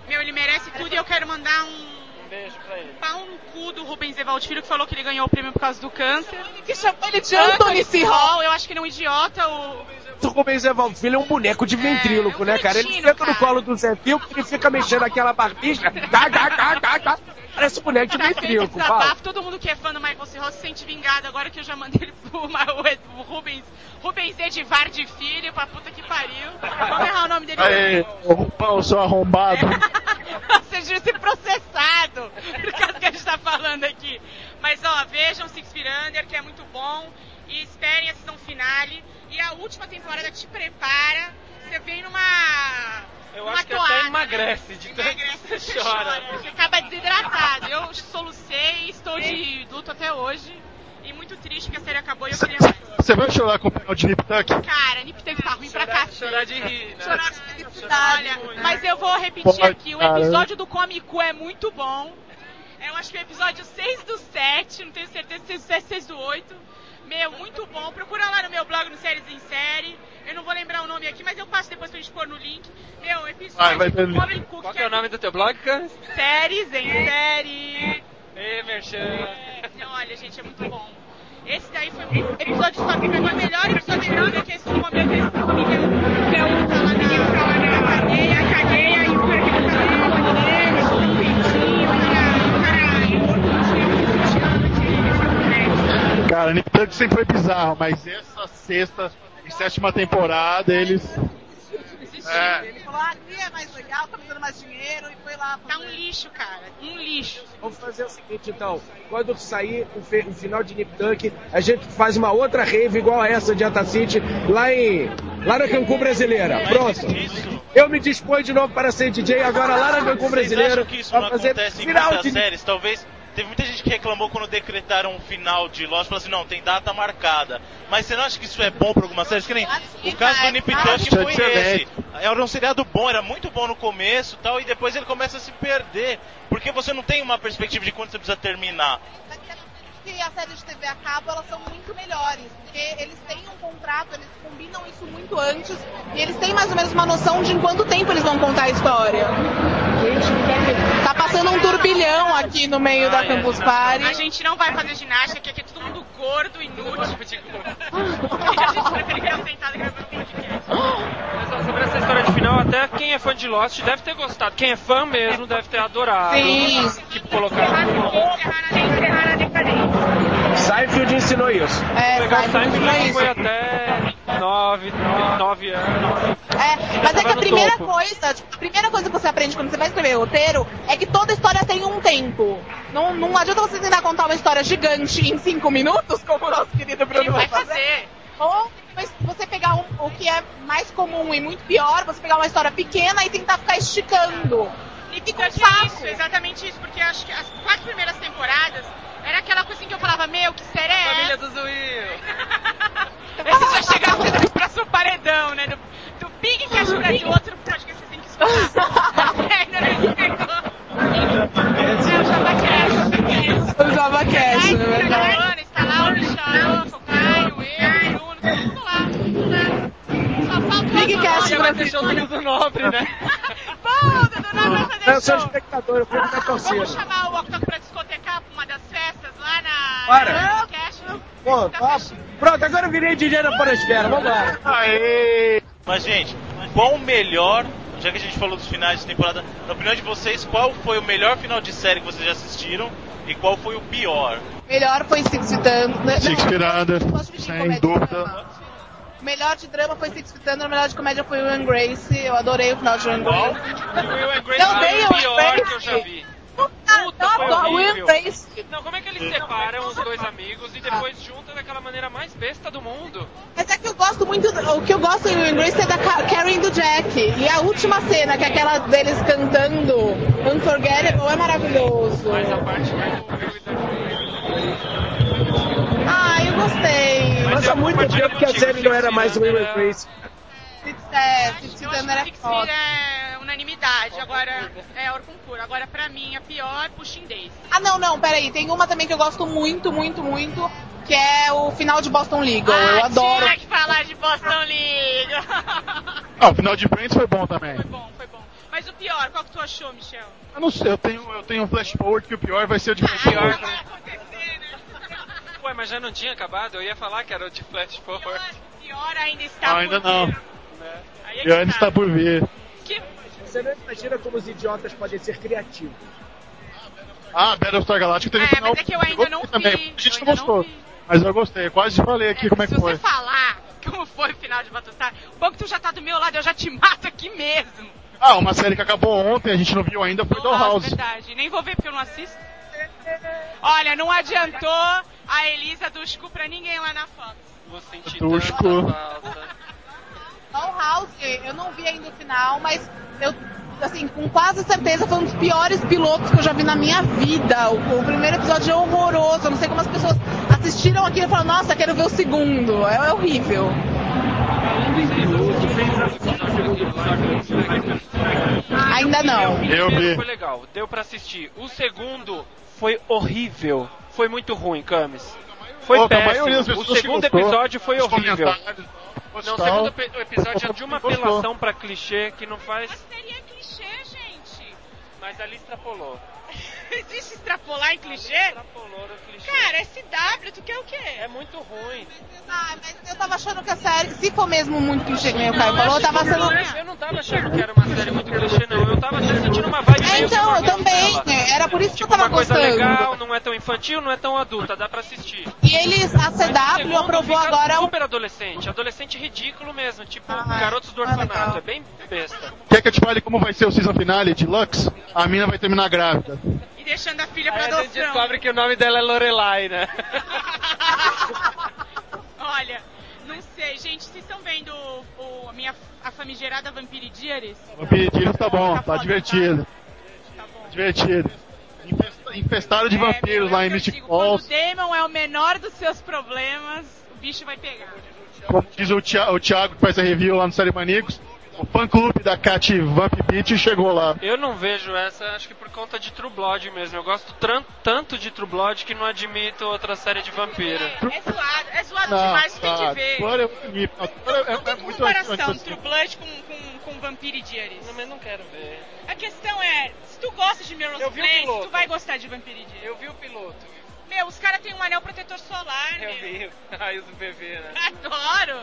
S8: meu, ele merece tudo e eu quero mandar um.
S9: Beijo pra ele.
S8: Pau no cu do Rubens Evald Filho, que falou que ele ganhou o prêmio por causa do câncer.
S4: que chamou ele de Anthony C. Hall.
S8: Eu acho que ele é um idiota. O...
S5: O Rubens Evaldo Filho é um boneco de ventríloco,
S8: é um
S5: né, cara? Ele
S8: cretino,
S5: senta no
S8: cara.
S5: colo do Zé Filho e fica mexendo aquela barbicha. Tá, tá, tá, tá, tá. Parece um boneco de
S8: Tá feito esse
S5: ventríloco, fala.
S8: desabafo. Todo mundo que é fã do Michael C. Hall se sente vingado agora que eu já mandei ele pro Ma- o Ed- o Rubens, Rubens Edivar de Filho, pra puta que pariu. Vamos errar o nome dele.
S2: Aê, o Rupão, seu arrombado.
S8: Seja ser processado por causa que a gente tá falando aqui. Mas ó, vejam Six Feet Under, que é muito bom. E esperem a season finale. E a última temporada te prepara. Você vem numa.
S9: Eu
S8: numa
S9: acho que
S8: toada, né?
S9: até emagrece de tanto
S8: Emagrece,
S9: que
S8: você
S9: você
S8: chora.
S9: Então, chora.
S8: Você acaba desidratado. Eu solucei, estou de luto até hoje. E muito triste porque a série acabou e eu queria mais.
S2: Você vai chorar com o pneu de Nip Tuck?
S8: Cara, Nip Tank tá ruim pra
S9: Chorar,
S8: cacete.
S9: chorar de rir, né?
S8: Chorar de felicidade. Olha, mas eu vou repetir
S2: Pode,
S8: aqui, o
S2: cara.
S8: episódio do Cômico é muito bom. Eu acho que é o episódio 6 do 7, não tenho certeza se é 6 6 do 8. Meu, muito bom. Procura lá no meu blog, no Séries em Série. Eu não vou lembrar o nome aqui, mas eu passo depois pra gente pôr no link. Meu,
S2: Vai,
S8: episódio
S2: vai ter
S8: do
S2: link.
S8: Cômico,
S9: Qual que é o nome do teu blog, Cans?
S8: Séries em Série.
S9: Ê, Merchan.
S8: É, não, olha, gente, é muito bom. Esse daí foi o episódio de família, foi o melhor episódio de família que esse momento que esse família pergunta lá na cadeia, a cadeia, e o cara que tá lá na bandeira, o pintinho, o cara, o cara, o
S2: Cara, Nip Tuck sempre foi bizarro, mas essa sexta e sétima temporada eles. É,
S4: Ele falou, ah, aqui é mais legal, tá me dando mais dinheiro, e foi lá.
S8: Tá um
S4: fazer.
S8: lixo, cara, um lixo.
S5: Vamos fazer o seguinte, então. Quando sair o, fe- o final de Nip Tuck, a gente faz uma outra rave igual a essa de Ata City, lá em... Lá na Cancún brasileira. Pronto.
S6: Isso. Ah,
S5: Eu me disponho de novo para ser DJ agora lá na Cancún
S6: Vocês
S5: brasileira
S6: acham que isso
S5: pra
S6: não
S5: fazer
S6: acontece em
S5: final
S6: muitas
S5: de
S6: séries? Talvez. Teve muita gente que reclamou quando decretaram o final de Lost, falou assim, não, tem data marcada. Mas você não acha que isso é bom pra algumas séries? Que nem o caso do Nip Tuck
S2: Isso é
S6: foi
S2: excelente.
S6: esse. Era um seriado bom, era muito bom no começo tal, e depois ele começa a se perder. Porque você não tem uma perspectiva de quando você precisa terminar.
S4: Mas é que as séries de TV a cabo, elas são muito melhores, porque eles têm um contrato, eles combinam isso muito antes, e eles têm mais ou menos uma noção de em quanto tempo eles vão contar a história. Tá passando um turbilhão aqui no meio da Campus Party.
S8: A gente não vai fazer ginástica, que aqui é todo mundo gordo, inútil. A gente prefere ficar sentado gravando podcast.
S9: Mas, ó, Sobre essa história de final, até quem é fã de Lost deve ter gostado. Quem é fã mesmo deve ter adorado.
S4: Sim.
S9: Que colocaram.
S8: Encerrar na decadência.
S5: Seinfeld ensinou isso.
S4: É,
S9: Pegar o
S4: vai,
S9: Simon
S4: não é
S9: que
S4: isso.
S9: foi até 9, 9 anos.
S4: É, mas é que
S9: Tava
S4: a
S9: no
S4: primeira
S9: topo.
S4: coisa, tipo, a primeira coisa que você aprende quando você vai escrever roteiro é que toda história tem um tempo. Não, não adianta você tentar contar uma história gigante em cinco minutos, como o nosso querido Bruno
S8: Ele vai
S4: fazer.
S8: fazer.
S4: Ou mas você pegar um- o que que é mais comum e muito pior você pegar uma história pequena e tentar ficar esticando.
S8: E
S4: Fica
S8: fica
S4: um saco.
S8: difícil, exatamente isso, porque acho que as quatro primeiras temporadas era aquela coisa assim que eu falava, meu, que série é
S7: Família
S8: essa?
S7: do Zuinho.
S8: Esse vai
S4: é
S8: chegar pro próximo paredão, né? Do, do Big Cash Brasil, outro podcast assim que escutar. É, não é isso que eu tô- É o JavaCast.
S4: O Java Cash,
S8: Ai,
S4: na verdade.
S8: Ana, está lá o Michel, o Caio, eu, o Bruno, todo mundo lá. né? Só falta o
S4: Big
S8: Eduardo.
S4: Cash
S7: Já vai ter show do Dudu Nobre, né?
S8: Pô, o Dudu Nobre vai
S5: Eu
S8: fazer
S5: sou
S8: show.
S5: espectador, eu fico na torcida.
S8: Vamos chamar o Octoc pra discotecar pra uma das festas lá na...
S5: Bora.
S8: na Cash.
S5: Pô, tá- Pronto, agora eu virei DJ na Podosfera, vambora.
S3: Aê!
S6: Mas, gente, qual o melhor, já que a gente falou dos finais de temporada, na opinião de vocês, qual foi o melhor final de série que vocês já assistiram e qual foi o pior?
S4: Melhor foi né, Six Feet Under.
S2: Six Feet Under,
S4: não gosto de
S2: sem
S4: comédia e
S2: dúvida.
S4: drama. O melhor de drama foi Six Feet Under, o melhor de comédia foi Will and Grace. Eu adorei o final de Will and
S9: Qual?
S4: Grace.
S9: O Will and Grace
S4: Também
S9: foi
S4: eu
S9: o pior
S4: achei.
S9: que eu já vi.
S4: Puta, eu
S9: foi
S4: adoro Will and
S9: horrível.
S4: Grace.
S9: Não, como é que eles separam os dois amigos e depois juntam daquela maneira mais besta do mundo?
S4: Mas é que eu gosto muito, o que eu gosto em Will and Grace é da Ca- Karen e do Jack. E a última cena, que é aquela deles cantando Unforgettable, é maravilhoso.
S9: Mas a parte do Will e da
S4: Ah, eu gostei.
S5: Mas há muito
S9: Compartilha
S5: tempo que a
S9: contigo,
S5: série não era
S9: Cecília,
S5: mais um Will and
S9: né?
S5: Grace.
S4: Six, é, Six
S8: Eu
S4: Feet
S8: acho
S4: Under
S8: que
S4: é
S8: Six Feet
S4: foda.
S8: é unanimidade. Agora é Orconcura. Agora, pra mim, a pior Pushing Days.
S4: Ah, não, não, peraí. Tem uma também que eu gosto muito, muito, muito, que é o final de Boston Legal. Então, eu
S8: Ah,
S4: adoro.
S8: Tinha que falar de Boston League.
S2: Ah, o final de Friends foi bom também.
S8: foi bom, foi bom. Mas o pior, qual que tu achou, Michel?
S2: Eu não sei, eu tenho, eu tenho um flash forward que o pior vai ser o de Friends.
S8: Ah, vai acontecer, né?
S9: Ué, mas já não tinha acabado? Eu ia falar que era o de Flash
S8: Pior,
S9: Forward.
S8: pior ainda está
S2: Não, ainda
S8: por
S2: não.
S8: vir. Aí é que
S2: E ainda
S8: tá.
S2: está por vir.
S8: Que-
S5: Você não imagina como os idiotas podem ser criativos.
S2: Ah, Battlestar Galactica teve
S8: É,
S2: final.
S8: mas é que eu ainda não
S2: gostei também.
S8: vi,
S2: A gente
S8: eu
S2: não
S8: ainda não
S2: gostou.
S8: vi.
S2: mas eu gostei, quase falei aqui
S8: É,
S2: como é
S8: se
S2: que
S8: você
S2: foi.
S8: falar como foi o final de Battlestar, bom que tu já tá do meu lado, eu já te mato aqui mesmo.
S2: Ah, uma série que acabou ontem, a gente não viu ainda, foi Dollhouse.
S8: Verdade. Nem vou ver porque eu não assisto. Olha, não adiantou a Elisa do Scu pra ninguém lá na Fox.
S9: Vou
S2: É
S9: sentir
S7: então,
S2: Tusco.
S9: tanta falta.
S4: Dollhouse, eu não vi ainda o final, mas eu, assim, com quase certeza foi um dos piores pilotos que eu já vi na minha vida. O, o primeiro episódio é horroroso. Eu não sei como as pessoas assistiram aquilo e falaram, nossa, quero ver o segundo. É, é horrível. Ainda não.
S2: Eu vi.
S9: Foi legal, deu pra assistir. O segundo foi horrível. Foi muito ruim, Camis. Foi
S2: Pô, que a
S9: péssimo.
S2: maioria das
S9: O
S2: pessoas que
S9: segundo
S2: gostou,
S9: episódio foi
S2: os
S9: horrível.
S2: comentários, os
S9: Não, o
S2: tal.
S9: segundo epi- o episódio é de uma
S2: Gostou.
S9: apelação pra clichê que não faz...
S8: Mas seria clichê, gente.
S9: Mas ali extrapolou.
S8: Existe extrapolar em clichê?
S9: Extrapolou do clichê.
S8: Cara, SW, tu quer o quê?
S9: É muito ruim.
S4: Ah, mas eu tava achando que a série, se for mesmo muito clichê, que nem o Caio falou, eu tava sendo.
S9: Eu não tava achando que era uma série muito clichê, não. Eu tava até sentindo uma vibe
S4: É,
S9: meio
S4: então, eu
S9: Morgan
S4: também.
S9: Stella.
S4: né? Era por isso que eu tava
S9: Uma coisa
S4: gostando.
S9: legal, não é tão infantil, não é tão adulta, dá pra assistir.
S4: E eles, a CW aprovou
S9: Fica
S4: agora um o
S9: Super adolescente, adolescente ridículo mesmo, tipo
S8: é.
S4: Ah,
S9: garotos do
S4: ah,
S9: orfanato,
S4: legal.
S9: é bem besta.
S2: Quer que eu te fale como vai ser o season finale de Lux? A mina vai terminar grávida.
S8: E deixando a filha pra
S9: Aí a gente
S8: adoção.
S9: descobre que o nome dela é Lorelai, né?
S8: Olha, não sei, gente, vocês estão vendo o, o- a minha a famigerada Vampiridíares?
S2: O pedido tá bom, tá
S8: foda,
S2: divertido,
S8: Tá bom.
S2: divertido. Infesta- Infestaram de vampiros
S8: é,
S2: lá em
S8: eu
S2: Mystic
S8: digo, Quando
S2: Falls.
S8: o Damon é o menor dos seus problemas, o bicho vai pegar.
S2: Como diz o Thi- o Thiago, que faz a review lá no Série Maníacos, o fã-clube da Cat Vamp Beat chegou lá.
S9: Eu não vejo essa, acho que por conta de True Blood mesmo. Eu gosto tran- tanto de True Blood que não admito outra série de vampiro.
S8: É, é zoado, é zoado
S2: Não,
S8: demais, tem
S2: tá,
S8: que ver.
S2: Agora é outro nível. Agora é-
S8: Não
S2: é
S8: tem
S2: muito
S8: comparação
S2: antes-
S8: True Blood com, com, com Vampiridíares.
S9: Não, mas não quero ver.
S8: A questão é, se tu gosta de Mirror's
S9: Eu vi o
S8: Place,
S9: piloto.
S8: tu vai gostar de Vampiridíares.
S9: Eu vi o piloto.
S8: Meu, os caras têm um anel protetor solar,
S9: Eu
S8: meu.
S9: vi. Ai, os bebês, né?
S8: Adoro!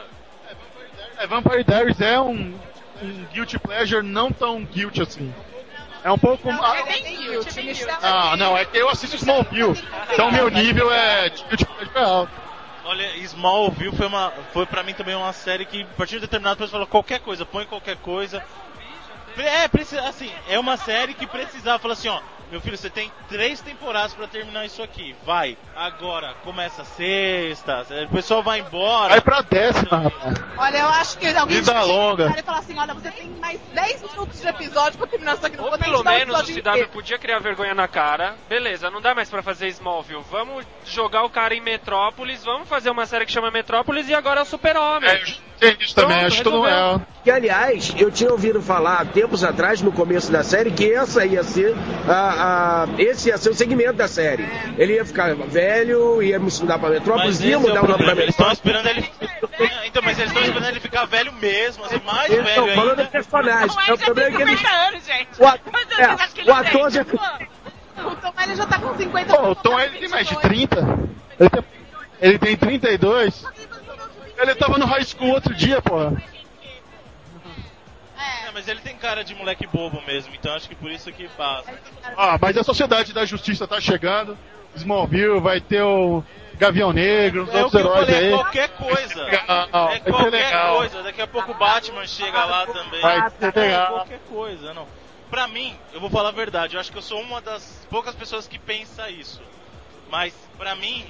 S2: É, Vampire Diaries é um, um guilty pleasure não tão guilty assim. É um pouco...
S8: Não,
S2: ah,
S8: é bem cute, é bem cute.
S2: Ah, não, é que eu assisto Smallville. Então meu nível é de guilty pleasure alto.
S6: Olha, Smallville foi uma, foi para mim também uma série que a partir de um determinado ponto fala qualquer coisa, põe qualquer coisa. É, precisa, assim, é uma série que precisava falar assim, ó, Meu filho, você tem três temporadas pra terminar isso aqui. Vai. Agora, começa sexta. O pessoal vai embora.
S2: Vai
S8: é
S2: pra
S8: um
S2: décima, rapaz.
S4: Olha, eu acho que alguém
S2: Vida
S4: tinha que
S2: longa.
S4: parar e falar assim, olha, você tem mais 10 minutos de episódio pra terminar isso aqui. Não
S9: Ou
S4: vou nem
S9: pelo
S4: te dar
S9: menos o
S4: um episódio
S9: CW
S4: inteiro.
S9: podia criar vergonha na cara. Beleza, não dá mais pra fazer Smallville. Vamos jogar o cara em Metrópolis, vamos fazer uma série que chama Metrópolis e agora é o Super-Homem.
S2: É, eu entendi isso também,
S9: Pronto,
S2: acho que não é.
S9: resolveu.
S5: Que, aliás, eu tinha ouvido falar há tempos atrás, no começo da série, que essa ia ser a, a- esse ia ser o segmento da série. Ele ia ficar velho, ia me mudar pra Metrópolis,
S6: Mas
S5: ia
S6: esse é o
S5: mudar o nome pra
S6: problema. Eles estão
S5: Metrópolis.
S6: esperando ele. Então, mas eles estão esperando ele ficar velho mesmo, assim, mais
S5: Eles
S6: velho
S5: estão falando
S6: ainda.
S5: do personagem.
S8: Não,
S5: É
S8: ele
S5: o
S8: já tem
S5: problema é que
S8: 50
S5: eles.
S8: anos, gente.
S5: O at-
S8: Quantos
S5: é,
S8: anos você acha que ele
S5: o ator
S8: tem?
S5: já-
S8: Pô,
S4: O Tom ele já tá com 50
S2: Pô, o Tom ele tem mais de 30. Ele tem, ele tem 32. Ele tava no high school outro dia, porra.
S6: É, mas ele tem cara de moleque bobo mesmo, então acho que por isso que passa.
S2: Ah, mas a Sociedade da Justiça tá chegando. Smallville, vai ter o Gavião Negro, os
S6: É o
S2: outros
S6: que eu
S2: heróis
S6: falei, é
S2: aí.
S6: qualquer coisa.
S2: Legal,
S6: É
S2: vai ser
S6: qualquer
S2: legal.
S6: coisa. Daqui a pouco o Batman chega lá também.
S2: Vai ser
S6: É
S2: legal.
S6: qualquer coisa, não. Pra mim, eu vou falar a verdade, eu acho que eu sou uma das poucas pessoas que pensa isso. Mas, pra mim,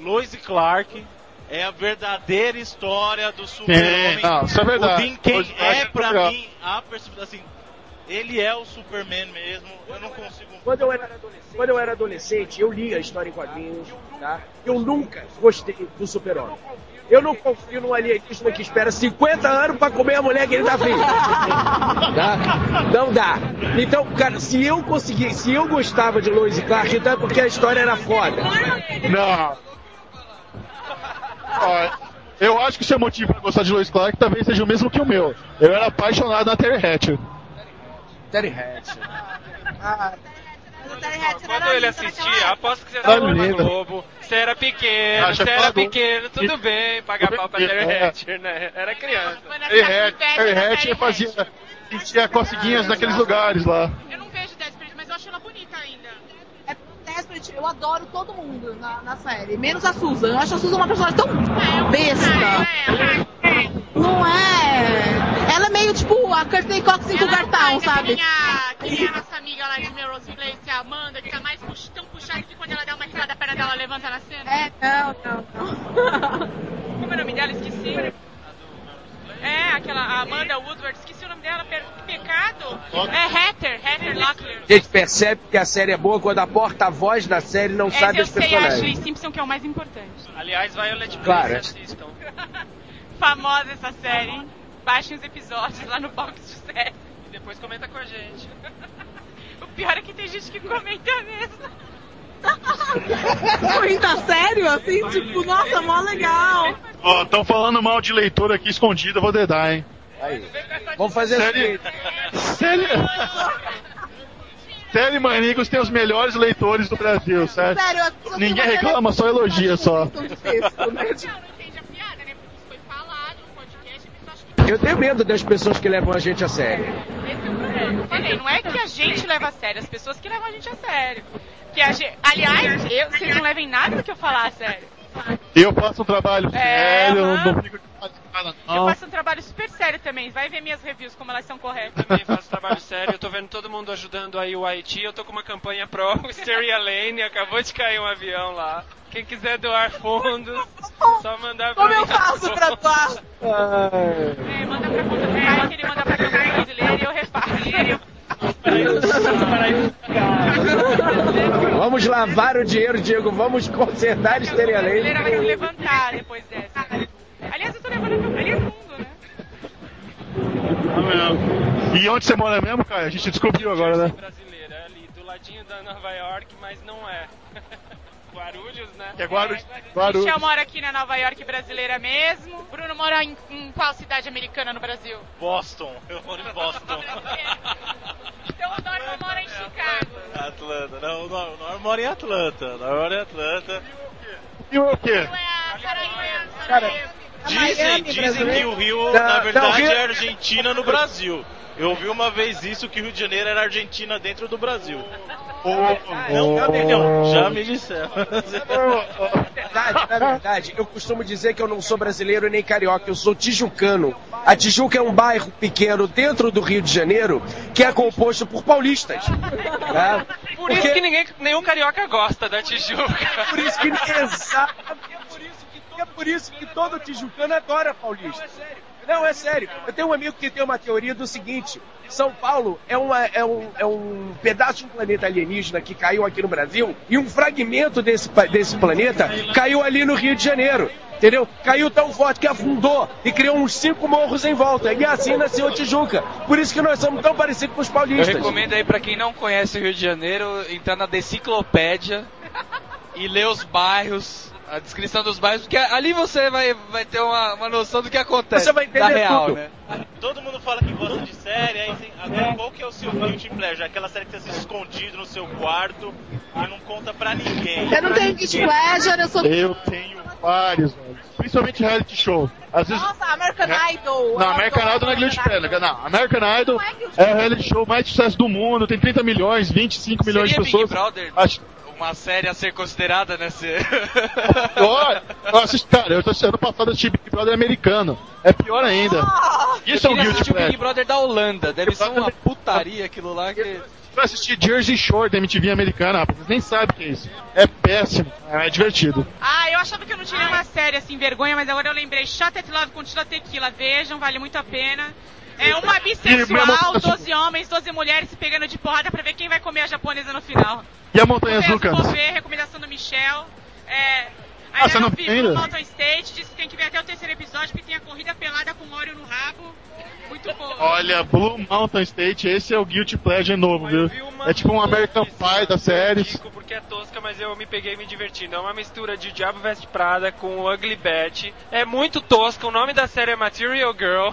S6: Lois e Clark é a verdadeira história do
S2: Sim,
S6: super-homem.
S2: não, isso é
S6: um. O
S2: verdade.
S6: Dean Kane
S2: Hoje vai
S6: é,
S2: ser
S6: pra
S2: legal.
S6: mim, a percepção, assim, ele é o Superman mesmo, eu não consigo...
S5: Quando eu, era adolescente, quando eu era adolescente, eu li a história em quadrinhos, tá? Eu nunca gostei do super-homem. Eu não confio num alienígena que espera 50 anos pra comer a mulher que ele tá afim. Tá? Não dá. Então, cara, se eu conseguir, se eu gostava de Lois e Clark, então é porque a história era foda.
S2: Não. Ó, eu acho que o seu motivo pra gostar de Lois Clark talvez seja o mesmo que o meu. Eu era apaixonado na Terry Hatcher.
S5: Terry Hatcher.
S9: Quando ele assistia, aposto que você
S2: Tá
S9: assistiu na
S2: lindo.
S9: Globo. Você era pequeno,
S2: Acha
S9: você era
S2: foda?
S9: pequeno, tudo bem, pagar pau pra Terry
S2: É.
S9: Hatcher, né? Era criança.
S8: Foi nessa
S2: Terry Hatcher,
S8: inveja da
S2: Terry
S8: Terry
S2: Hatcher fazia,
S8: Hatcher.
S2: sentia coceguinhas naqueles lugares lá.
S8: Eu não vejo Desperate, mas eu acho ela bonita ainda.
S4: É Desperate, eu adoro todo mundo na, na série, menos a Susan. Eu acho a Susan uma personagem tão
S8: Ah,
S4: besta.
S8: é, é, é.
S4: Não é? Ela é meio tipo a Courtney Cox em
S8: Ela
S4: Cougar Town,
S8: faz
S4: sabe?
S8: Que nem a, que nem a nossa amiga lá de Melrose Place, que é a Amanda, que tá mais pux, tão puxada que quando ela dá uma risada, a perna dela levanta na cena.
S4: É, não, não, não.
S8: Como é o nome dela? Esqueci. É, aquela a Amanda Woodward, esqueci o nome dela, per- que pecado. É Hatter, Hatter Locklear.
S5: A gente percebe que a série é boa quando a porta-voz da série não
S8: Essa
S5: sabe
S8: É eu
S5: os
S8: sei, a Ashley
S5: personagens.
S8: Simpson, que é o mais importante.
S9: Aliás, Violet
S5: Claro.
S9: Place, assistam.
S8: Famosa essa série, hein? Baixem os episódios lá no box de série.
S9: E depois comenta com a gente.
S8: O pior é que tem gente que comenta mesmo.
S4: Corrida sério, assim, tipo, nossa, mó legal.
S2: Ó, estão falando mal de leitor aqui escondido, eu vou dedar, hein.
S5: Vamos fazer
S2: Série-
S5: assim.
S2: Série... Série Maníacos tem os melhores leitores do Brasil, certo?
S4: Sério, as pessoas
S2: Ninguém
S4: têm uma
S2: reclama, só elogia, só.
S4: questão de texto, né? Tipo,
S8: não entende a piada, né? Porque isso foi falado no podcast, a pessoa acha que
S5: Eu tenho medo das pessoas que levam a gente a sério.
S8: Esse é o problema. Eu Falei, não é que a gente leva a sério, as pessoas que levam a gente a sério. Que a gente, aliás, eu, vocês não levem nada do que eu falar a sério.
S2: Eu faço um trabalho
S8: É,
S2: sério,
S8: aham.
S2: não fico de fazer nada,
S8: Eu
S2: não.
S8: faço um trabalho super sério também. Vai ver minhas reviews, como elas são corretas.
S9: Também faço trabalho sério, eu tô vendo todo mundo ajudando aí o Haiti, eu tô com uma campanha pro Hysteria Lane, acabou de cair um avião lá. Quem quiser doar fundos, só mandar pra
S4: Como
S9: mim.
S4: eu faço pra atuar?
S8: É, manda pra conta do cara que ele manda pra conta brasileira e eu reparto.
S5: Vamos lavar o dinheiro, Diego. Vamos consertar a Stereo
S8: é A brasileira vai se levantar depois dessa. Aliás, eu tô levando meu primeiro mundo, né?
S2: E onde você mora mesmo, cara? A gente descobriu agora, né?
S9: brasileira, é ali, do ladinho da Nova York, mas não é. Guarulhos, né?
S2: Que é Guarulhos.
S8: Michel
S2: Guarulhos.
S8: mora aqui na Nova York brasileira mesmo. Bruno mora em, em qual cidade americana no Brasil?
S6: Boston, eu moro em Boston.
S8: Então o Norman mora em Chicago.
S6: Atlanta, não, o Nor- o Nor mora em Atlanta, o Nor mora em Atlanta.
S2: E o quê?
S8: Não é a Sarajevo, Sarajevo.
S4: É
S6: Dizem, dizem que o Rio,
S5: Não,
S6: na
S5: não,
S6: verdade,
S5: Rio-
S6: é Argentina no Brasil. Eu ouvi uma vez isso que o Rio de Janeiro era Argentina dentro do Brasil. Não, não, é já me disseram.
S5: verdade, na verdade, eu costumo dizer que eu não sou brasileiro e nem carioca, eu sou tijucano. A Tijuca é um bairro pequeno dentro do Rio de Janeiro que é composto por paulistas. tá?
S9: Por isso que ninguém, nenhum carioca gosta da Tijuca.
S5: Por isso que exatamente. É por isso que todo tijucano adora paulista. Não, é sério. Eu tenho um amigo que tem uma teoria do seguinte: São Paulo é, uma- é um, é um pedaço de um planeta alienígena que caiu aqui no Brasil e um fragmento desse, pa- desse planeta caiu ali no Rio de Janeiro. Entendeu? Caiu tão forte que afundou e criou uns cinco morros em volta. E assim nasceu a Tijuca. Por isso que nós somos tão parecidos com os
S7: Eu
S5: paulistas.
S7: recomendo aí pra quem não conhece o Rio de Janeiro entrar na deciclopédia e ler os bairros, a descrição dos bairros, porque ali você vai, vai ter uma, uma noção do que acontece.
S5: Você vai entender
S7: da real,
S5: é tudo.
S7: né?
S6: Todo mundo fala que gosta de série, aí tem- agora qual que é o seu guilty pleasure? Aquela série que você assiste escondido no seu quarto e não conta pra ninguém.
S4: Eu não tenho guilty pleasure, eu sou...
S2: Eu tenho vários, velho. Principalmente reality show. Às vezes. É.
S4: Nossa, American Idol.
S2: Não, American Idol não é Guilty Pleasure. Não, American Idol é o reality show mais sucesso do mundo. Tem 30 milhões, 25 milhões
S7: Seria
S2: de pessoas.
S7: Big Brother
S2: Acho-
S7: uma série a ser considerada, né? Se...
S2: Olha, eu assisti- cara, eu tô assistindo ano passado eu assisti Big Brother americano. É pior ainda. Isso é um
S7: Eu queria
S2: Guilty
S7: assistir o Big
S2: Pleasure.
S7: Brother da Holanda, deve ser uma putaria aquilo lá que...
S2: Eu assisti Jersey Shore da MTV americana, rapaz. Vocês nem sabem o que é isso. É péssimo, mas é divertido.
S8: Ah, eu achava que eu não tinha uma série assim, vergonha, mas agora eu lembrei. Shot Love com Tila Tequila. Vejam, vale muito a pena. É uma bissexual, 12 homens, 12 mulheres se pegando de porrada pra ver quem vai comer a japonesa no final.
S2: E a Montanha
S8: Peso
S2: Azul, cara?
S8: Bobê, recomendação do Michel. É,
S2: Ah, você
S8: ainda
S2: não
S8: não vi
S2: viu ainda?
S8: o Mountain State, disse que tem que ver até o terceiro episódio, porque tem a corrida pelada com óleo no rabo. Muito boa.
S2: Olha, Blue Mountain State, esse é o Guilty Pleasure novo, viu? É tipo um American Pie das séries.
S9: Tico, porque é tosca, mas eu me peguei me divertindo. É uma mistura de Diabo Veste Prada com Ugly Betty. É muito tosca. O nome da série é Material Girl.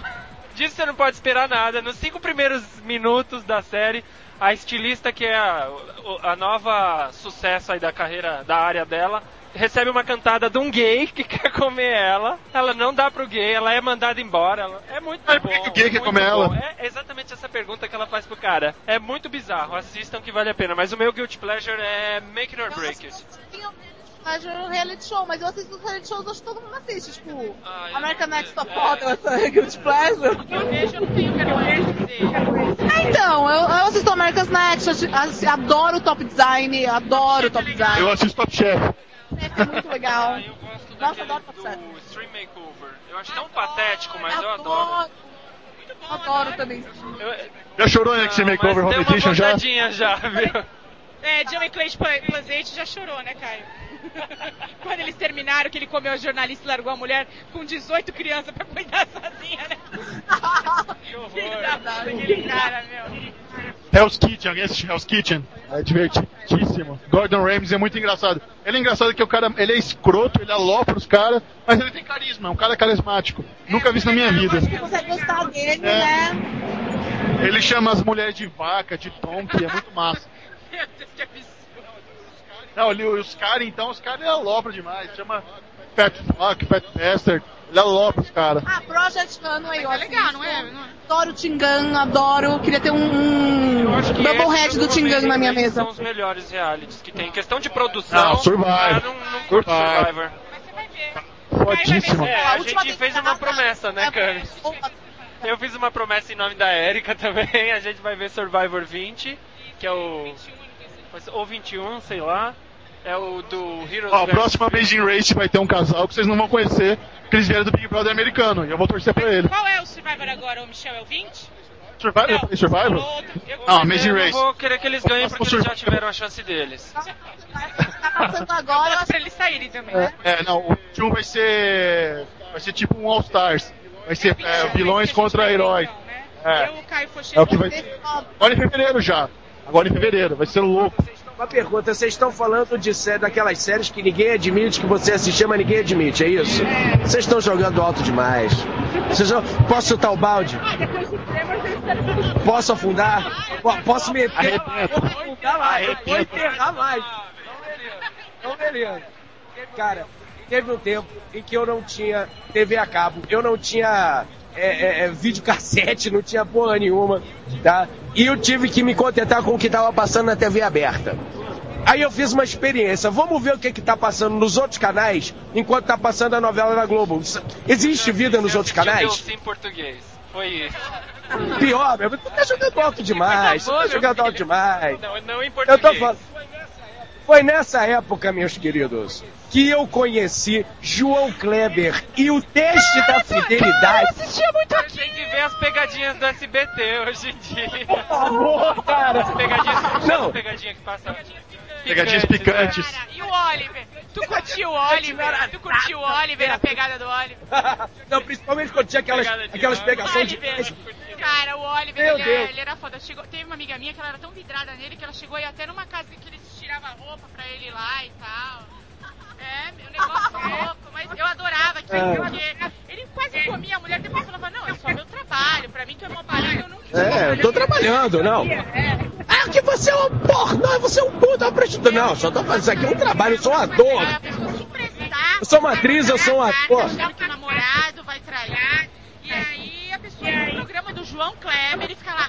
S9: Disso você não pode esperar nada. Nos cinco primeiros minutos da série, a estilista, que é a, o- a nova sucesso aí da carreira, da área dela, recebe uma cantada de um gay que quer comer ela. Ela não dá pro gay, ela é mandada embora. Ela- É muito
S2: Mas
S9: bom.
S2: por que que o gay quer
S9: muito
S2: comer
S9: bom.
S2: ela?
S9: É exatamente essa pergunta que ela faz pro cara. É muito bizarro, assistam que vale a pena. Mas o meu guilty pleasure é Make It or Break It.
S4: Tinha um reality show, mas eu assisto os reality shows, acho que todo mundo assiste, tipo,
S9: Ah, eu
S4: American
S9: não-
S4: Next Top
S8: É.
S4: Model, essa Guilty Pleasure.
S8: Eu vejo, eu não Então, tenho vergonha de dizer.
S4: Ah, então, eu, eu assisto America's Next, assi- assi- adoro o Top Design, adoro o Top Design.
S2: Eu assisto Top Chef.
S4: É muito legal.
S9: Ah, eu gosto
S4: Nossa,
S9: daquele
S4: adoro Top Set.
S9: do Stream Makeover. Eu acho tão patético, mas eu adoro. né?
S4: Adoro, adoro também.
S9: Eu,
S2: Já chorou, né, que você
S9: Ah, mas
S2: makeover Home
S9: deu uma
S2: Edition já?
S9: botadinha já, viu?
S8: É, Joey Clay Plus 8 já chorou, né, Caio? Quando eles terminaram, que ele comeu a jornalista e largou a mulher com 18 crianças pra cuidar sozinha, né?
S9: Que horror.
S8: Filho da puta, aquele
S4: né?
S8: cara, meu.
S2: Hell's Kitchen, alguém assiste Hell's Kitchen? É divertidíssimo. Gordon Ramsay é muito engraçado. Ele é engraçado que o cara, ele é escroto, ele alopra os caras, mas ele tem carisma, é um cara carismático. Nunca vi isso na minha vida.
S4: Você consegue gostar dele,
S2: É.
S4: né?
S2: Ele chama as mulheres de vaca, de tonto, e é muito massa.
S8: Meu Deus, que absurdo.
S2: Não, ele, os caras, então, os caras ele alopra demais. Chama Fat Fuck, Fat Bastard, ele alopra os caras.
S4: Ah, Project Runway, eu
S8: É legal,
S4: assisto.
S8: não é? Não é?
S4: Adoro o Tingan, adoro. Queria ter um, um
S9: Eu acho que é
S4: double
S9: esses,
S4: head do Tingan né?
S9: provavelmente,
S4: na minha mesa.
S9: São os melhores realities que tem. Questão de produção.
S2: Ah, Survivor.
S9: ah, Não, não curto
S2: Survivor.
S9: Survivor.
S8: Mas você vai ver.
S2: Fodíssimo.
S9: É, a,
S4: A última
S9: gente fez uma
S4: temporada-
S9: promessa, né, cara? Eu fiz uma promessa em nome da Erika também. A gente vai ver Survivor 20, que é o. Ou 21, sei lá. É o do Heroes.
S2: Ó, a
S9: vs.
S2: próxima Amazing Race vai ter um casal que vocês não vão conhecer, que eles vieram do Big Brother americano, e eu vou torcer pra ele.
S8: Qual é o Survivor agora, o Michel? É o 20?
S2: Survivor? Eu falei Survivor?
S8: Outro. Eu-
S2: Não, Ah, Amazing
S9: Eu não
S2: Race.
S9: vou querer que eles ganhem porque eles já
S2: Survivor.
S9: tiveram a chance deles.
S4: Tá passando agora, eu
S8: Dá
S4: acho
S8: pra eles saírem também.
S2: É, não, o 21 vai ser. Vai ser tipo um All-Stars. Vai ser é, vilões contra heróis. É.
S8: É. Eu, o Caio Fochê,
S2: É o que vai
S4: que
S2: ser.
S4: esse ó,
S2: Agora em fevereiro já. Agora em fevereiro, vai ser louco.
S5: Uma pergunta, vocês estão falando de sé- daquelas séries que ninguém admite, que você assistia, mas ninguém admite, é isso? Vocês estão jogando alto demais. Vocês não- Posso chutar o balde? Posso afundar? Po- Posso meter?
S2: Arrebenta.
S5: Vou afundar lá, eu vou enterrar mais. Não delirando. Cara, teve um tempo em que eu não tinha TV a cabo, eu não tinha é, é, é, videocassete, não tinha porra nenhuma, tá? E eu tive que me contentar com o que tava passando na TV aberta. Aí eu fiz uma experiência. Vamos ver o que que tá passando nos outros canais enquanto tá passando a novela da Globo. Existe vida nos outros
S9: Eu assisti
S5: canais?
S9: Beyoncé em português. Foi isso.
S5: Pior, meu, você tá jogando alto demais. Você
S9: Acabou,
S5: tá
S9: meu
S5: jogando alto
S9: filho.
S5: demais.
S9: Não, não em
S5: Eu
S9: português.
S5: tô falando. Foi nessa época, meus queridos, que eu conheci João Kleber e o teste da fidelidade.
S9: Você tem que ver as pegadinhas do SBT hoje em dia.
S5: Amor,
S9: As
S5: cara.
S9: pegadinhas,
S5: Não.
S9: as pegadinhas né? que passam.
S2: Pegadinhas picantes.
S8: Cara, e o Oliver? Tu curtiu o Oliver? Tu curtiu o Oliver, a pegada do Oliver?
S5: Não, principalmente quando tinha aquelas,
S9: Pegada de
S5: aquelas
S9: mão.
S5: pegações de.
S8: Oliver. Cara, o Oliver,
S5: Meu
S8: ele,
S5: Deus.
S8: é- ele era foda. Chegou, teve uma amiga minha que ela era tão vidrada nele que ela chegou e até numa casa que eles tiravam a roupa pra ele ir lá e tal. É, o negócio louco, mas eu adorava
S5: É.
S8: aquilo, porque ele quase comia a mulher, depois falava, não, é só meu trabalho, pra mim tu é mó barato, eu não
S5: É, eu tô trabalhando, não. Ah, que você é um pornô, você é um puta prostituta. Não, só tô fazendo isso aqui, é um trabalho, eu sou um ator.
S4: é,
S8: Aí a pessoa se emprestar,
S5: Eu sou uma atriz, eu sou um
S8: vai trair,
S5: ator.
S8: Achando que o namorado vai trair. E aí a pessoa no programa do João Kleber, ele fica lá.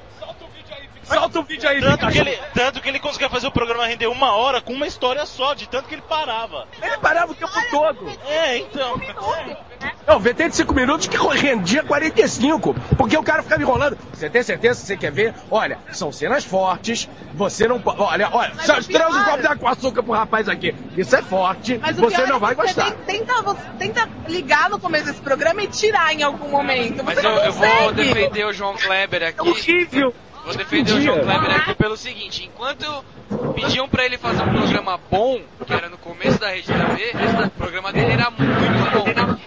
S5: Solta o vídeo aí, fica
S6: Tanto que, ele, tanto que ele conseguia fazer o programa render uma hora com uma história só, de tanto que ele parava.
S5: Ele parava o tempo todo.
S6: É, então.
S5: Não, VT de 5 minutos que rendia 45, porque o cara ficava enrolando. Você tem certeza que você quer ver? Olha, são cenas fortes, você não pode. Olha, olha,
S4: Mas
S5: só
S4: o pior-
S5: traz um copo de água com açúcar pro rapaz aqui. Isso é forte,
S4: Mas o
S5: você
S4: pior é
S5: não
S4: que
S5: vai
S4: você
S5: gostar.
S4: tem- Tenta, você tenta ligar no começo desse programa e tirar em algum momento.
S9: Mas
S4: Você
S9: eu,
S4: não
S9: eu vou
S4: consegue.
S9: defender o João Kleber
S5: É
S9: aqui.
S5: horrível.
S9: Vou defender o João Kleber aqui pelo seguinte: enquanto pediam pra ele fazer um programa bom, que era no começo da Rede TV, o programa dele era muito bom.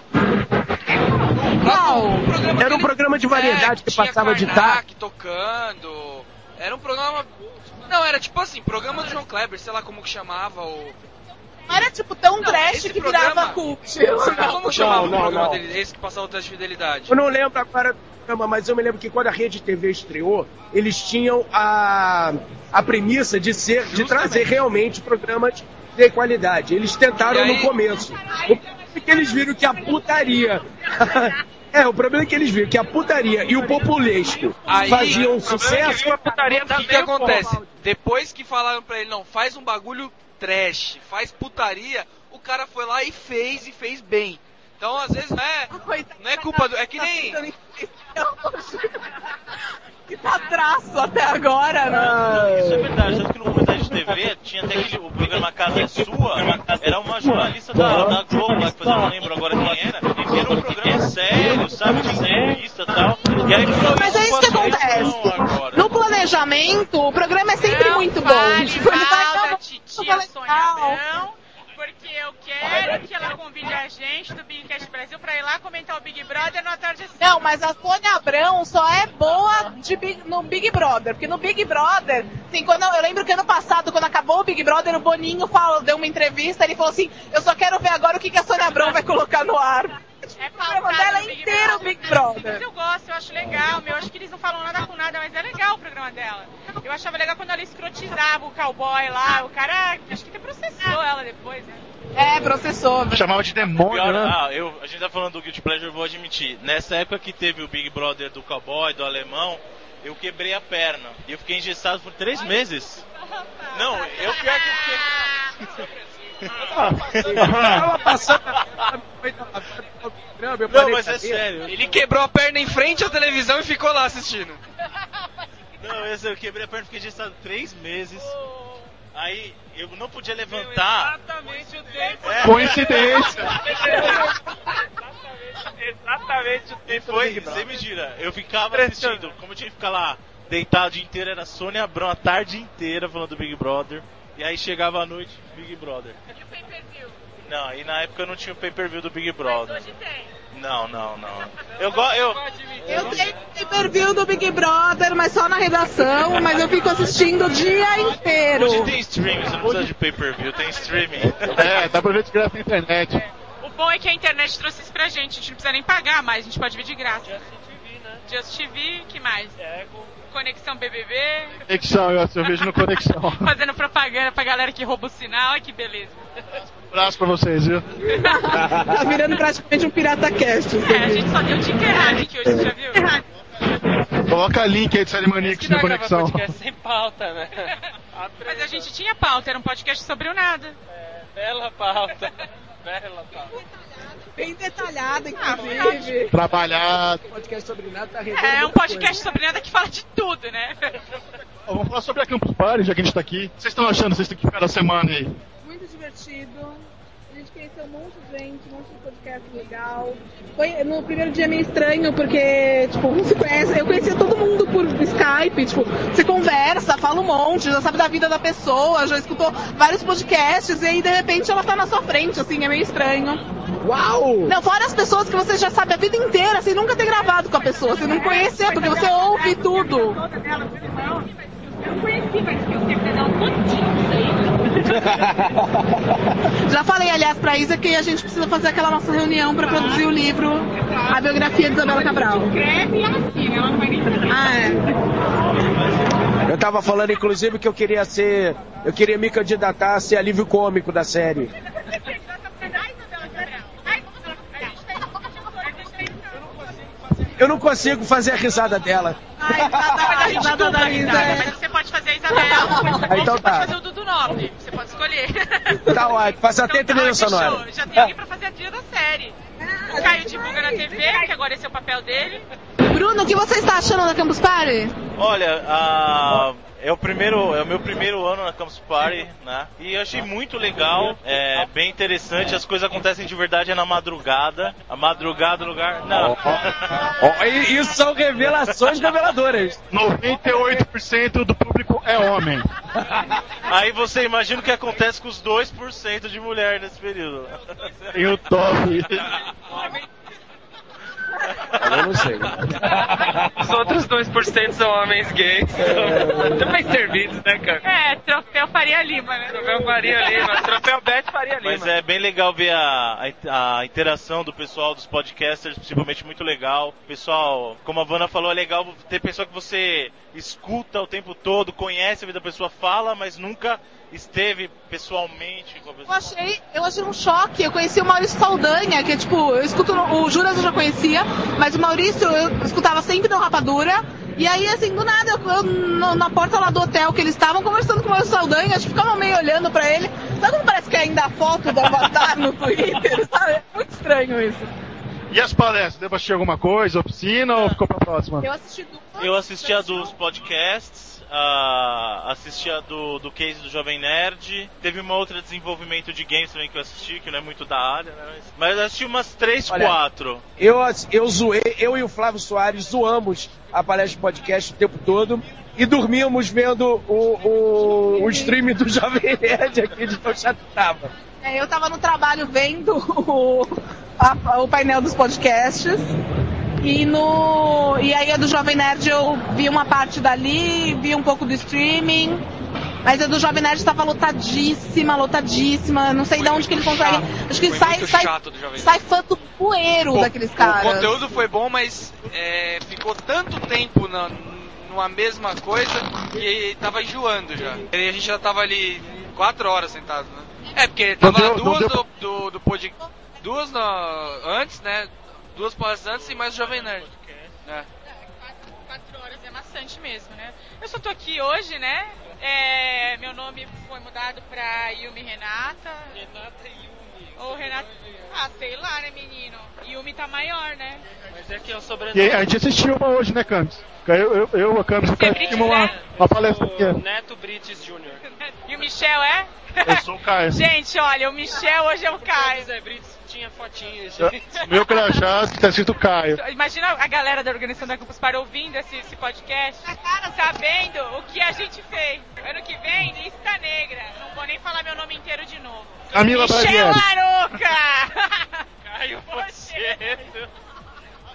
S4: Qual?
S9: O programa
S5: Era um
S9: dele-
S5: programa de variedade que
S9: tinha
S5: passava de
S9: Karnak
S5: tarde.
S9: tocando. Era um programa. Não, era tipo assim, programa do João Kleber, sei lá como que chamava o.
S4: Não Era tipo tão
S9: Não,
S4: trash
S9: esse
S4: que
S9: programa-
S4: virava cu.
S9: Como que chamava
S5: não, não,
S9: o programa
S5: não.
S9: dele? Esse que passava o teste de fidelidade.
S5: Eu não lembro agora do programa, mas eu me lembro que quando a Rede TV estreou, eles tinham a, a premissa de ser, de
S9: Justamente.
S5: trazer realmente programas de qualidade. Eles tentaram
S9: E aí-
S5: no começo. O problema é que eles viram que a putaria. é, o problema é que eles viram que a putaria e o populesco
S9: Aí,
S5: faziam
S9: o
S5: um
S9: é
S5: sucesso.
S9: O que, que acontece? Depois que falaram pra ele, não, faz um bagulho trash, faz putaria, o cara foi lá e fez, e fez bem. Então, às vezes, né?
S4: Coitado,
S9: Não é culpa do- é que nem-
S4: Tá pensando em- que tá traço até agora, né?
S6: Isso é verdade, tanto que no começo da Rede TV tinha até aquele, o programa Casa é Sua, era uma jornalista da, da Globo lá que fazia, não lembro agora quem era, e era um programa sério, sabe, de entrevista e tal, e aí falou,
S4: Mas é isso que
S6: passou,
S4: acontece.
S6: não, agora.
S4: No planejamento, o programa é sempre
S8: Não
S4: muito bom.
S8: fale
S4: Tipo, ele vai
S8: mal
S4: dar
S8: da
S4: uma-
S8: titia
S4: legal.
S8: Sônia Abrão, porque eu quero que ela convide a gente do Big Cast Brasil pra ir lá comentar o Big Brother na tarde
S4: Não, mas a Sônia Abrão só é boa de Big- no Big Brother, porque no Big Brother, assim, quando eu lembro que ano passado, quando acabou o Big Brother, o Boninho falou, deu uma entrevista, ele falou assim: "Eu só quero ver agora o que, que a Sônia Abrão vai colocar no ar".
S8: É
S4: O programa
S8: pautado
S4: dela
S8: no
S4: é
S8: Big
S4: inteiro
S8: Brother.
S4: Big Brother.
S8: Mas eu gosto, eu acho legal, meu. Acho que eles não falam nada com nada, mas é legal o programa dela. Eu achava legal quando ela escrotizava o cowboy lá. O cara, ah, acho que até processou ela depois, né?
S4: Ah. É, processou.
S2: Chamava de demônio,
S6: Pior,
S2: né?
S6: ah, eu, a gente tá falando do Guilty Pleasure, eu vou admitir. Nessa época que teve o Big Brother do cowboy, do alemão, eu quebrei a perna. E eu fiquei engessado por três meses. Não, eu pior que eu fiquei.
S5: Tava passando a- a- o programa, eu
S6: Não,
S5: parei
S6: mas
S5: pra
S6: é
S5: ver.
S6: sério.
S9: Ele quebrou a perna em frente à televisão e ficou lá assistindo.
S6: Não, eu, sei, eu quebrei a perna, fiquei engessado três meses. Aí eu não podia levantar.
S9: Exatamente o tempo.
S2: Coincidência.
S9: Exatamente o
S6: E foi, sem mentira. Eu ficava assistindo. Como eu tinha que ficar lá deitado o dia inteiro, era Sônia Abrão a tarde inteira falando do Big Brother. E aí chegava à noite, Big Brother.
S8: E o um pay-per-view?
S6: Não, e na época não tinha o pay per view do Big
S8: Mas
S6: Brother.
S8: hoje tem.
S6: Não, não, não. Eu gosto. Eu...
S4: Eu tenho um pay-per-view do Big Brother, mas só na redação, mas eu fico assistindo o dia inteiro.
S2: um.
S6: Hoje tem streaming, você não precisa de pay per view, tem streaming.
S2: É, dá pra ver de graça na internet.
S8: O bom é que a internet trouxe isso pra gente. A gente não precisa nem pagar mais, a gente pode ver de graça. Just TV, né? É, Just TV, que mais? Conexão BBB,
S2: Conexão, eu, eu vejo no Conexão.
S8: fazendo propaganda pra galera que rouba o sinal. Olha que beleza.
S2: Um Abraço pra vocês, viu?
S4: Tá virando praticamente um pirata cast.
S8: É, a gente só deu de enterrar aqui hoje, já viu?
S2: Coloca link aí de Série Maníacos no Conexão.
S9: é sem pauta, né?
S8: Mas a gente tinha pauta, era um podcast sobre o nada.
S9: É, Bela pauta. Bela pauta.
S4: Bem detalhado, inclusive. Um
S2: Trabalhado.
S5: podcast sobre nada tá rendendo
S8: Ah, É, é um
S5: muita
S8: podcast sobre nada que fala de tudo, né?
S2: Ó, vamos falar sobre a Campus Party, já que a gente tá aqui. Vocês estão achando vocês têm que ficar da semana aí?
S4: Muito divertido. A gente conheceu um monte de gente, um monte de podcast legal. Foi no primeiro dia meio estranho, porque, tipo, não se conhece. Eu conhecia todo mundo por Skype, tipo, você conversa, fala um monte, já sabe da vida da pessoa, já escutou vários podcasts, e aí de repente ela tá na sua frente, assim, é meio estranho.
S5: coisa. Uau!
S4: Não, fora as pessoas que você já sabe a vida inteira, sem nunca ter gravado com a pessoa, sem não conhecer, porque você ouve tudo.
S8: Eu conheci, mas que um eu sempre dela todinho isso
S4: Já falei, aliás, pra Isa que a gente precisa fazer aquela nossa reunião pra produzir o livro A Biografia de Isabela Cabral.
S8: Escreve assim, né? Ela não vai nem entender.
S4: Ah, é.
S5: Eu tava falando, inclusive, que eu queria ser. Eu queria me candidatar a ser alívio cômico da série. Eu não consigo fazer a risada dela.
S4: Ai, tá, tá,
S8: Mas a gente
S4: risada
S8: dubla
S4: da
S8: a
S4: Isa.
S8: risada, mas
S4: é.
S8: você pode fazer a Isabela,
S5: Ah,
S8: ou
S5: então
S8: você
S5: tá.
S8: pode fazer o Dudu Nobre, você pode escolher.
S5: Tá ótimo, faz até
S8: Então tá,
S5: trilha
S8: fechou.
S5: sonora.
S8: Já tem alguém pra fazer a trilha da série. O Caio divulga na TV, que agora esse é o papel dele.
S4: Bruno, o que você está achando da Campus Party?
S6: Olha, a- é o primeiro, é o meu primeiro ano na Campus Party, né? E eu achei muito legal, é bem interessante. As coisas acontecem de verdade é na madrugada. A madrugada, o lugar. Não.
S5: Ó, e- Isso são revelações reveladoras.
S2: 98% do público é homem.
S6: Aí você imagina o que acontece com os 2% de mulher nesse período.
S2: Tem o top.
S5: Eu não sei.
S9: Os outros 2% são homens gays.
S2: É.
S9: Estão bem servidos, né, cara?
S8: É, troféu Faria Lima, né?
S9: Troféu Faria Lima, troféu Beth Faria Lima.
S6: Mas é bem legal ver a, a- a interação do pessoal, dos podcasters, principalmente muito legal. Pessoal, como a Vanna falou, é legal ter pessoa que você escuta o tempo todo, conhece a vida da pessoa, fala, mas nunca esteve pessoalmente com a
S4: Eu
S6: pessoa.
S4: achei, eu achei um choque. Eu conheci o Maurício Saldanha, que é tipo, eu escuto o Juras eu já conhecia, mas o Maurício eu escutava sempre no Rapadura. E aí, assim, do nada, eu, eu no- na porta lá do hotel que eles estavam conversando com o Maurício Saldanha, acho que ficava meio olhando pra ele. Sabe como parece que ainda a foto do Avatar no Twitter, sabe? É muito estranho isso.
S2: E as palestras? Deu pra assistir alguma coisa? Oficina ou ficou pra próxima?
S4: Eu assisti duas.
S6: Eu assisti a dos podcasts, a, assisti a do, do case do Jovem Nerd. Teve uma outra desenvolvimento de games também que eu assisti, que não é muito da área, né? Mas, mas eu assisti umas três,
S5: Olha,
S6: quatro.
S5: Eu, eu zoei, eu e o Flávio Soares zoamos a palestra de podcast o tempo todo e dormimos vendo o, o, o stream do Jovem Nerd aqui de Oxatava.
S4: É, eu tava no trabalho vendo o, a- o painel dos podcasts. E, no, e aí a do Jovem Nerd eu vi uma parte dali, vi um pouco do streaming. Mas a do Jovem Nerd tava lotadíssima, lotadíssima. Não sei de onde que ele consegue. Acho que
S7: Foi
S4: sai,
S7: muito
S4: sai,
S7: chato do Jovem
S4: sai fã do poeiro
S7: Pô,
S4: daqueles caras.
S7: O conteúdo foi bom, mas é, ficou tanto tempo na, numa mesma coisa que tava enjoando já. E a gente já tava ali quatro horas sentado, né? É, porque
S2: Não
S7: tava
S2: deu- não
S7: duas
S2: deu
S7: do, do, do podcast. Duas na- antes, né? Duas horas antes e mais o Jovem Nerd. É.
S8: Quatro- Quatro horas é maçante mesmo, né? Eu só tô aqui hoje, né? É, meu nome foi mudado pra Yumi Renata.
S9: Renata e Yumi.
S8: Ou Renata. Ah, sei lá, né, menino? Yumi tá maior, né?
S9: Mas é que é o
S2: E
S9: sobrenome.
S2: aí, a gente assistiu uma hoje, né, Camis? Eu, eu, eu a Camis,
S8: Você é
S2: assistimos tipo uma,
S8: brinca,
S2: uma palestra.
S9: O
S8: Né?
S9: Neto Brites Jr.
S8: E o Michel é?
S2: Eu sou o Caio.
S8: Gente, olha, o Michel hoje é o Caio.
S9: Zé Brites tinha fotinho, gente.
S2: O Ah, Meu crachá tá escrito Caio.
S8: Imagina a galera da organização da Campus Party ouvindo esse, esse podcast, sabendo o que a gente fez. Ano que vem, lista negra. Não vou nem falar meu nome inteiro de novo.
S2: Camila
S8: Michel
S2: Barbieri.
S8: Aroca!
S9: Caio Foceto.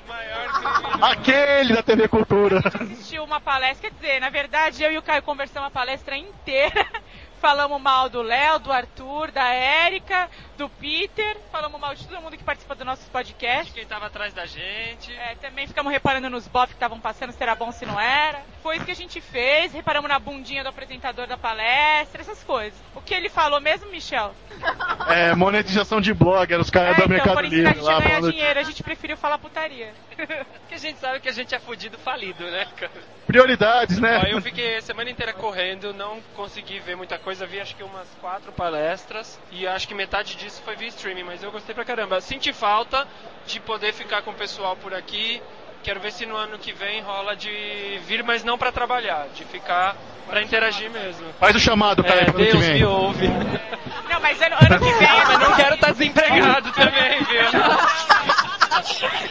S9: Maior que
S2: Aquele da TV Cultura.
S8: assistiu uma palestra, quer dizer, na verdade eu e o Caio conversamos a palestra inteira. Falamos mal do Léo, do Arthur, da Érica, do Peter, falamos mal de todo mundo que participa dos nossos podcasts.
S9: quem tava atrás da gente.
S8: É, também ficamos reparando nos bofs que estavam passando, se era bom, se não era. Foi isso que a gente fez, reparamos na bundinha do apresentador da palestra, essas coisas. O que ele falou mesmo, Michel?
S2: É, monetização de blog, era os caras do
S8: então,
S2: Mercado
S8: por isso que a
S2: Livre
S8: gente
S2: lá
S8: ganha
S2: falando.
S8: dinheiro, a gente preferiu falar putaria.
S9: Porque a gente sabe que a gente é fudido falido, né, cara?
S2: Prioridades,
S9: Ó,
S2: né?
S9: eu fiquei a semana inteira correndo, não consegui ver muita coisa, vi acho que umas quatro palestras e acho que metade disso foi via streaming, mas eu gostei pra caramba. Senti falta de poder ficar com o pessoal por aqui. Quero ver se no ano que vem rola de vir, mas não pra trabalhar, de ficar pra interagir mesmo.
S2: Faz o chamado, cara,
S9: É,
S2: pro ano que
S9: Deus
S2: vem.
S9: me ouve.
S8: Não, mas ano, ano que vem. é
S9: Mas não quero estar
S7: tá
S9: desempregado também, viu?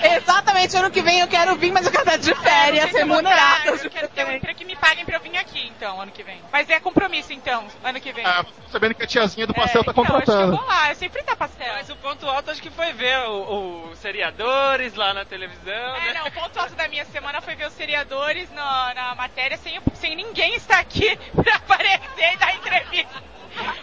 S4: Exatamente, ano que vem eu quero vir, mas eu quero estar de
S7: É,
S4: férias,
S8: Eu quero ter um
S4: remuneradas.
S8: lugar, Eu quero ter um emprego que me paguem pra eu vir aqui, então, ano que vem. Mas é compromisso, então, ano que vem.
S2: Ah, tô sabendo que a tiazinha do
S8: É,
S2: pastel tá
S8: então, acho que eu
S2: contratando.
S8: vou lá, eu sempre tá pastel.
S9: Mas o ponto alto acho que foi ver o, o seriadores lá na televisão,
S8: É,
S9: né?
S8: não, o ponto alto da minha semana foi ver os seriadores na, na matéria sem, sem ninguém estar aqui pra aparecer e dar entrevista.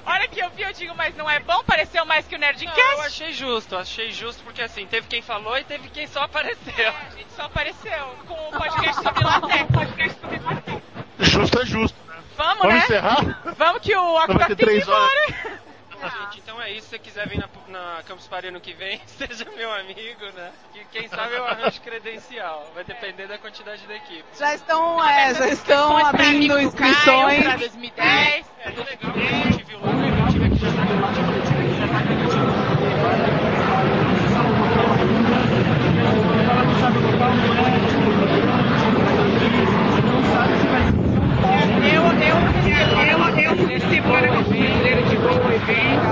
S8: A hora que eu vi, eu digo, mas não é bom, pareceu mais que o Nerdcast.
S9: Não, eu achei justo, achei justo porque assim, teve quem falou e teve quem só apareceu.
S8: É, A gente só apareceu com o podcast sobre latex. Podcast sobre latex.
S2: Justo é justo.
S8: Vamos,
S2: Vamos
S8: né?
S2: encerrar?
S8: Vamos que o
S2: Vai
S8: Aqua tem
S2: ter
S8: que ir
S2: três horas.
S8: embora.
S9: Gente, então é isso, se você quiser vir na, na Campus Party ano que vem, seja meu amigo, né? Que quem sabe eu arranjo credencial, vai depender da quantidade da equipe.
S4: Já estão, é, já estão
S8: Pra mim,
S4: abrindo
S8: pro Caio, pra
S4: inscrições.
S8: 2010.
S9: É legal, a gente viu lá, a gente vê que já tá
S8: Eu, eu, eu, eu, nesse bora que de bom evento,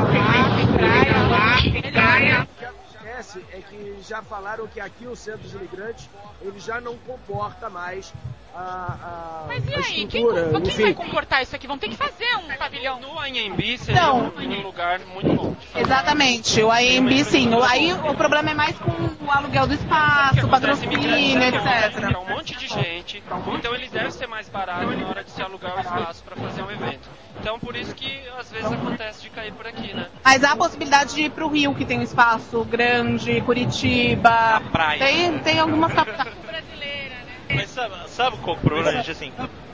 S8: praia, praia.
S5: acontece é que já falaram que aqui o centro de imigrantes ele já não comporta mais a, a,
S8: Mas e
S5: a
S8: aí, quem,
S5: estrutura,
S8: com- quem vai
S5: enfim.
S8: comportar isso aqui? Vão ter que fazer um pavilhão.
S9: No Anhembi seria
S4: Não.
S9: um, um lugar muito bom. de fazer.
S4: Exatamente, o AMB sim. O- Aí o problema é mais com o aluguel do espaço, o
S9: Acontece imigrante,
S4: patrocínio,
S9: né, que acontece
S4: etc.
S9: pra um monte de gente, então eles devem ser mais baratos na hora de se alugar o espaço para fazer um evento. Então por isso que às vezes acontece de cair por aqui, né?
S4: Mas há a possibilidade de ir pro Rio, que tem um espaço grande, Curitiba.
S9: praia.
S4: Tem, tem algumas capitais.
S6: Mas sabe, sabe qual o problema, gente? Assim,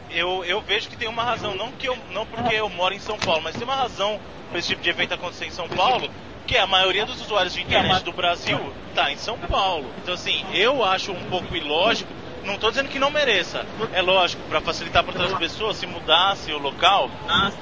S6: eu, eu vejo que tem uma razão, não, que eu, não porque eu moro em São Paulo, mas tem uma razão para esse tipo de evento acontecer em São Paulo, que a maioria dos usuários de internet do Brasil tá em São Paulo. Então, assim, eu acho um pouco ilógico. Não tô dizendo que não mereça. É lógico, para facilitar para outras pessoas, se mudasse o local,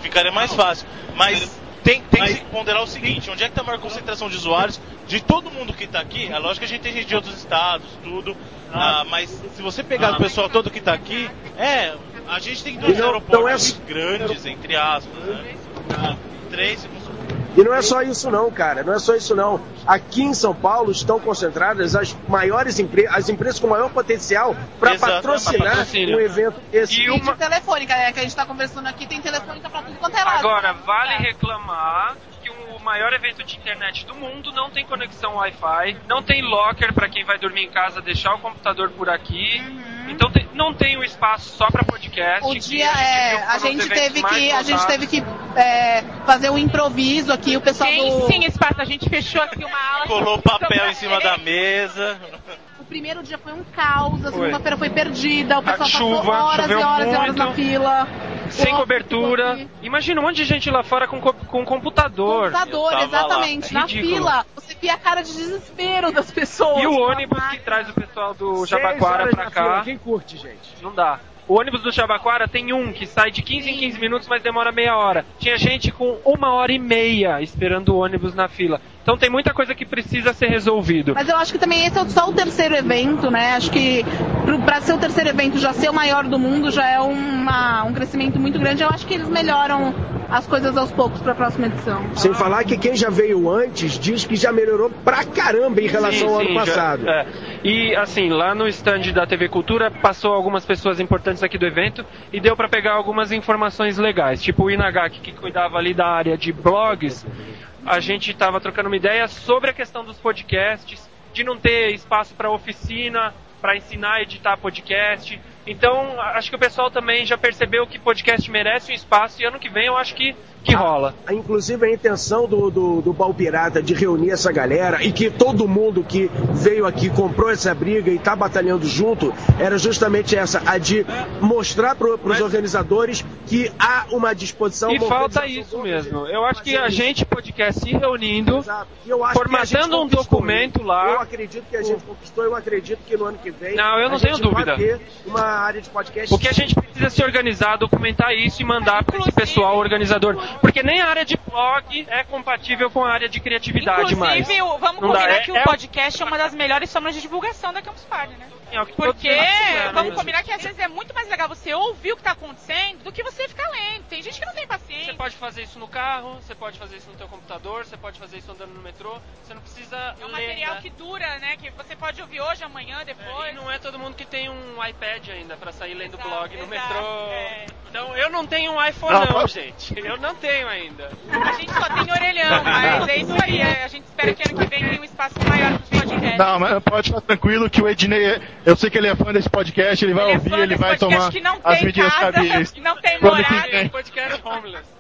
S6: ficaria mais fácil. Mas tem, tem que se ponderar o seguinte: onde é que está a maior concentração de usuários? De todo mundo que está aqui, é lógico que a gente tem gente de outros estados, tudo. ah, mas se você pegar o pessoal todo que está aqui, é. A gente tem dois
S5: Não, não
S6: aeroportos
S5: é-
S6: grandes, entre aspas, né? Ah, Três, se você-
S5: E não é só isso não, cara, não é só isso não. Aqui em São Paulo estão concentradas as maiores empresas, as empresas com maior potencial para
S6: Exato, pra
S5: patrocinar
S6: patrocínio.
S5: um evento esse.
S9: E
S4: E
S9: uma-
S4: de telefônica, né? Que a gente tá conversando aqui, tem telefônica pra tudo quanto é lado.
S9: Agora, vale reclamar que o maior evento de internet do mundo não tem conexão Wi-Fi, não tem locker para quem vai dormir em casa deixar o computador por aqui. Então tem- não tem o espaço só para podcast.
S4: Uhum. O
S9: que viu
S4: dia
S9: que
S4: é,
S9: foi
S4: a
S9: um dos
S4: gente
S9: eventos
S4: teve
S9: mais
S4: que, a gente
S9: lotados.
S4: teve que é, fazer um improviso aqui, o pessoal
S8: Tem
S4: do
S8: sim espaço, a gente fechou aqui uma ala.
S6: colou papel em cima da mesa.
S4: o primeiro dia foi um caos, a segunda-feira foi perdida, o pessoal passou
S9: chuva,
S4: horas e
S9: choveu
S4: horas e horas
S9: muito.
S4: na fila.
S9: sem
S4: O-
S9: cobertura. Imagina um monte de gente lá fora com, co- com computador.
S4: Computador,
S6: Eu tava lá.
S4: exatamente, na
S9: Ridículo.
S4: fila. Você via a cara de desespero das pessoas.
S9: E o ônibus que traz o pessoal do Jabaquara
S5: Seis horas
S9: pra
S5: na fila,
S9: cá.
S5: Quem curte, gente?
S9: Não dá. O ônibus do Jabaquara tem um que sai de 15 em 15 minutos, mas demora meia hora. Tinha gente com uma hora e meia esperando o ônibus na fila. Então tem muita coisa que precisa ser resolvido.
S4: Mas eu acho que também esse é só o terceiro evento, né? Acho que pro- pra ser o terceiro evento já ser o maior do mundo já é uma- um crescimento muito grande. Eu acho que eles melhoram as coisas aos poucos pra próxima edição.
S5: Sem falar que quem já veio antes diz que já melhorou pra caramba em relação
S9: Sim,
S5: ao
S9: sim,
S5: ano
S9: já-
S5: passado.
S9: é. E assim, lá no stand da TV Cultura passou algumas pessoas importantes aqui do evento e deu pra pegar algumas informações legais. Tipo o Inagaki, que cuidava ali da área de blogs, a gente tava trocando uma ideia sobre a questão dos podcasts, de não ter espaço pra oficina, pra ensinar a editar podcast. Então, a- acho que o pessoal também já percebeu que podcast merece um espaço e ano que vem eu acho que, que rola.
S5: Inclusive a intenção do, do, do Balpirata de reunir essa galera e que todo mundo que veio aqui, comprou essa briga e tá batalhando junto, era justamente essa, a de mostrar pro, pros
S9: Mas-
S5: organizadores que há uma disposição...
S9: E
S5: uma
S9: falta
S5: organização
S9: isso
S5: boa
S9: mesmo.
S5: pra
S9: Eu acho que
S5: fazer
S9: a
S5: é isso.
S9: gente podcast se reunindo
S5: Exato. E eu acho que a
S9: formatando
S5: gente
S9: um
S5: conquistou.
S9: documento lá.
S5: Eu acredito que a gente conquistou, eu acredito que no ano que vem.
S9: Não, eu não
S5: a gente
S9: tenho dúvida.
S5: Vai ter uma, área de podcast.
S9: O que a gente precisa se organizar, documentar isso e mandar para esse pessoal organizador. Porque nem a área de blog é compatível com a área de criatividade mais.
S8: Inclusive, o- vamos
S9: Não dá,
S8: combinar
S9: é-
S8: que
S9: é-
S8: o podcast é uma das melhores formas de divulgação da Campus Party, né?
S9: É o que todos
S8: Porque,
S9: nós fizeram,
S8: vamos
S9: né?
S8: combinar que às vezes é muito mais legal você ouvir o que tá acontecendo do que você ficar lendo. Tem gente que não tem
S9: Você
S8: paciência.
S9: pode fazer isso no carro, você pode fazer isso no teu computador, você pode fazer isso andando no metrô, você não precisa
S8: É um
S9: ler,
S8: material
S9: né?
S8: que dura, né? Que você pode ouvir hoje, amanhã,
S9: É,
S8: depois.
S9: e não é todo mundo que tem um iPad ainda pra sair lendo
S8: Exato,
S9: blog no
S8: exato,
S9: metrô.
S8: é.
S9: Então eu não tenho um iPhone não, gente. Eu não tenho ainda.
S8: A gente só tem orelhão, mas é isso aí. é, A gente espera que ano que vem tenha um espaço maior pros podcasts.
S2: Não, mas pode ficar tranquilo que o Ednei, é- eu sei que ele é fã desse podcast, ele vai
S8: Ele é
S2: ouvir,
S8: fã
S2: ele
S8: desse
S2: vai
S8: podcast
S2: tomar
S8: que não
S2: as
S8: tem
S2: medidas
S8: casa,
S2: cabíveis.
S8: que não tem
S2: Quando
S8: morada.
S2: que-
S9: É um podcast homeless.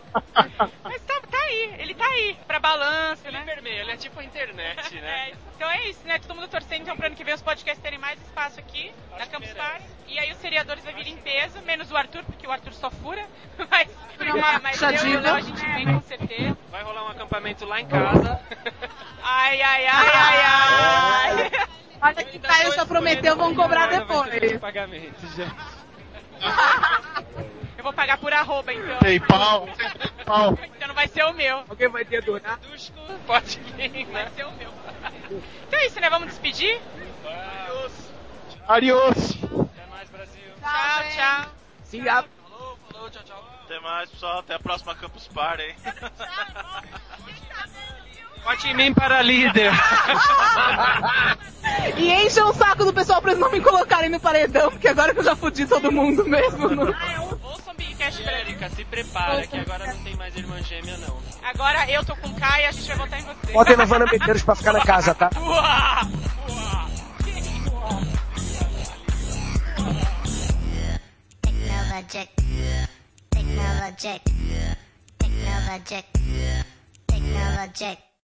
S8: Mas tá, tá aí, ele tá aí, pra balanço,
S9: Ele é
S8: né?
S9: vermelho, ele é tipo a internet,
S8: É,
S9: né?
S8: então é isso, né? Todo mundo torcendo então, pra ano que vem os podcasts terem mais espaço aqui na Campus Party. E aí os seriadores vai vir em peso, menos o Arthur, porque o Arthur só fura. Mas, mas, mas eu e o Léo a gente vem com certeza.
S9: Vai rolar um acampamento lá em casa.
S8: Ai, ai, ai, ai, ai.
S4: Olha que Caio só prometeu, vão cobrar
S9: um
S4: depois.
S9: Pagamento, já.
S8: Eu vou pagar por arroba então.
S2: PayPal, PayPal.
S8: Então não vai ser o meu.
S5: Alguém vai ter né? durar?
S9: Dusco, pode vir, né?
S8: Vai ser o meu. Então é isso, né? Vamos despedir?
S2: Arios.
S9: Até mais, Brasil.
S8: Tchau, tchau.
S5: Se a
S9: Falou, falou, tchau, tchau.
S6: Até mais, pessoal. Até a próxima Campus Party, hein?
S9: Vote em mim para líder.
S4: E encha o saco do pessoal pra eles não me colocarem no paredão, porque agora que eu já fudi todo mundo mesmo. No...
S8: Ah, é um Ouçam Bigcast Brasil.
S9: Erika, se prepara que agora não tem mais irmã gêmea, não.
S8: Agora eu tô com o Caio e a gente vai votar em você.
S5: Botem Giovana Medeiros pra ficar na casa, tá?
S8: Uá!
S1: Technologic. Technologic. Technologic. Technologic.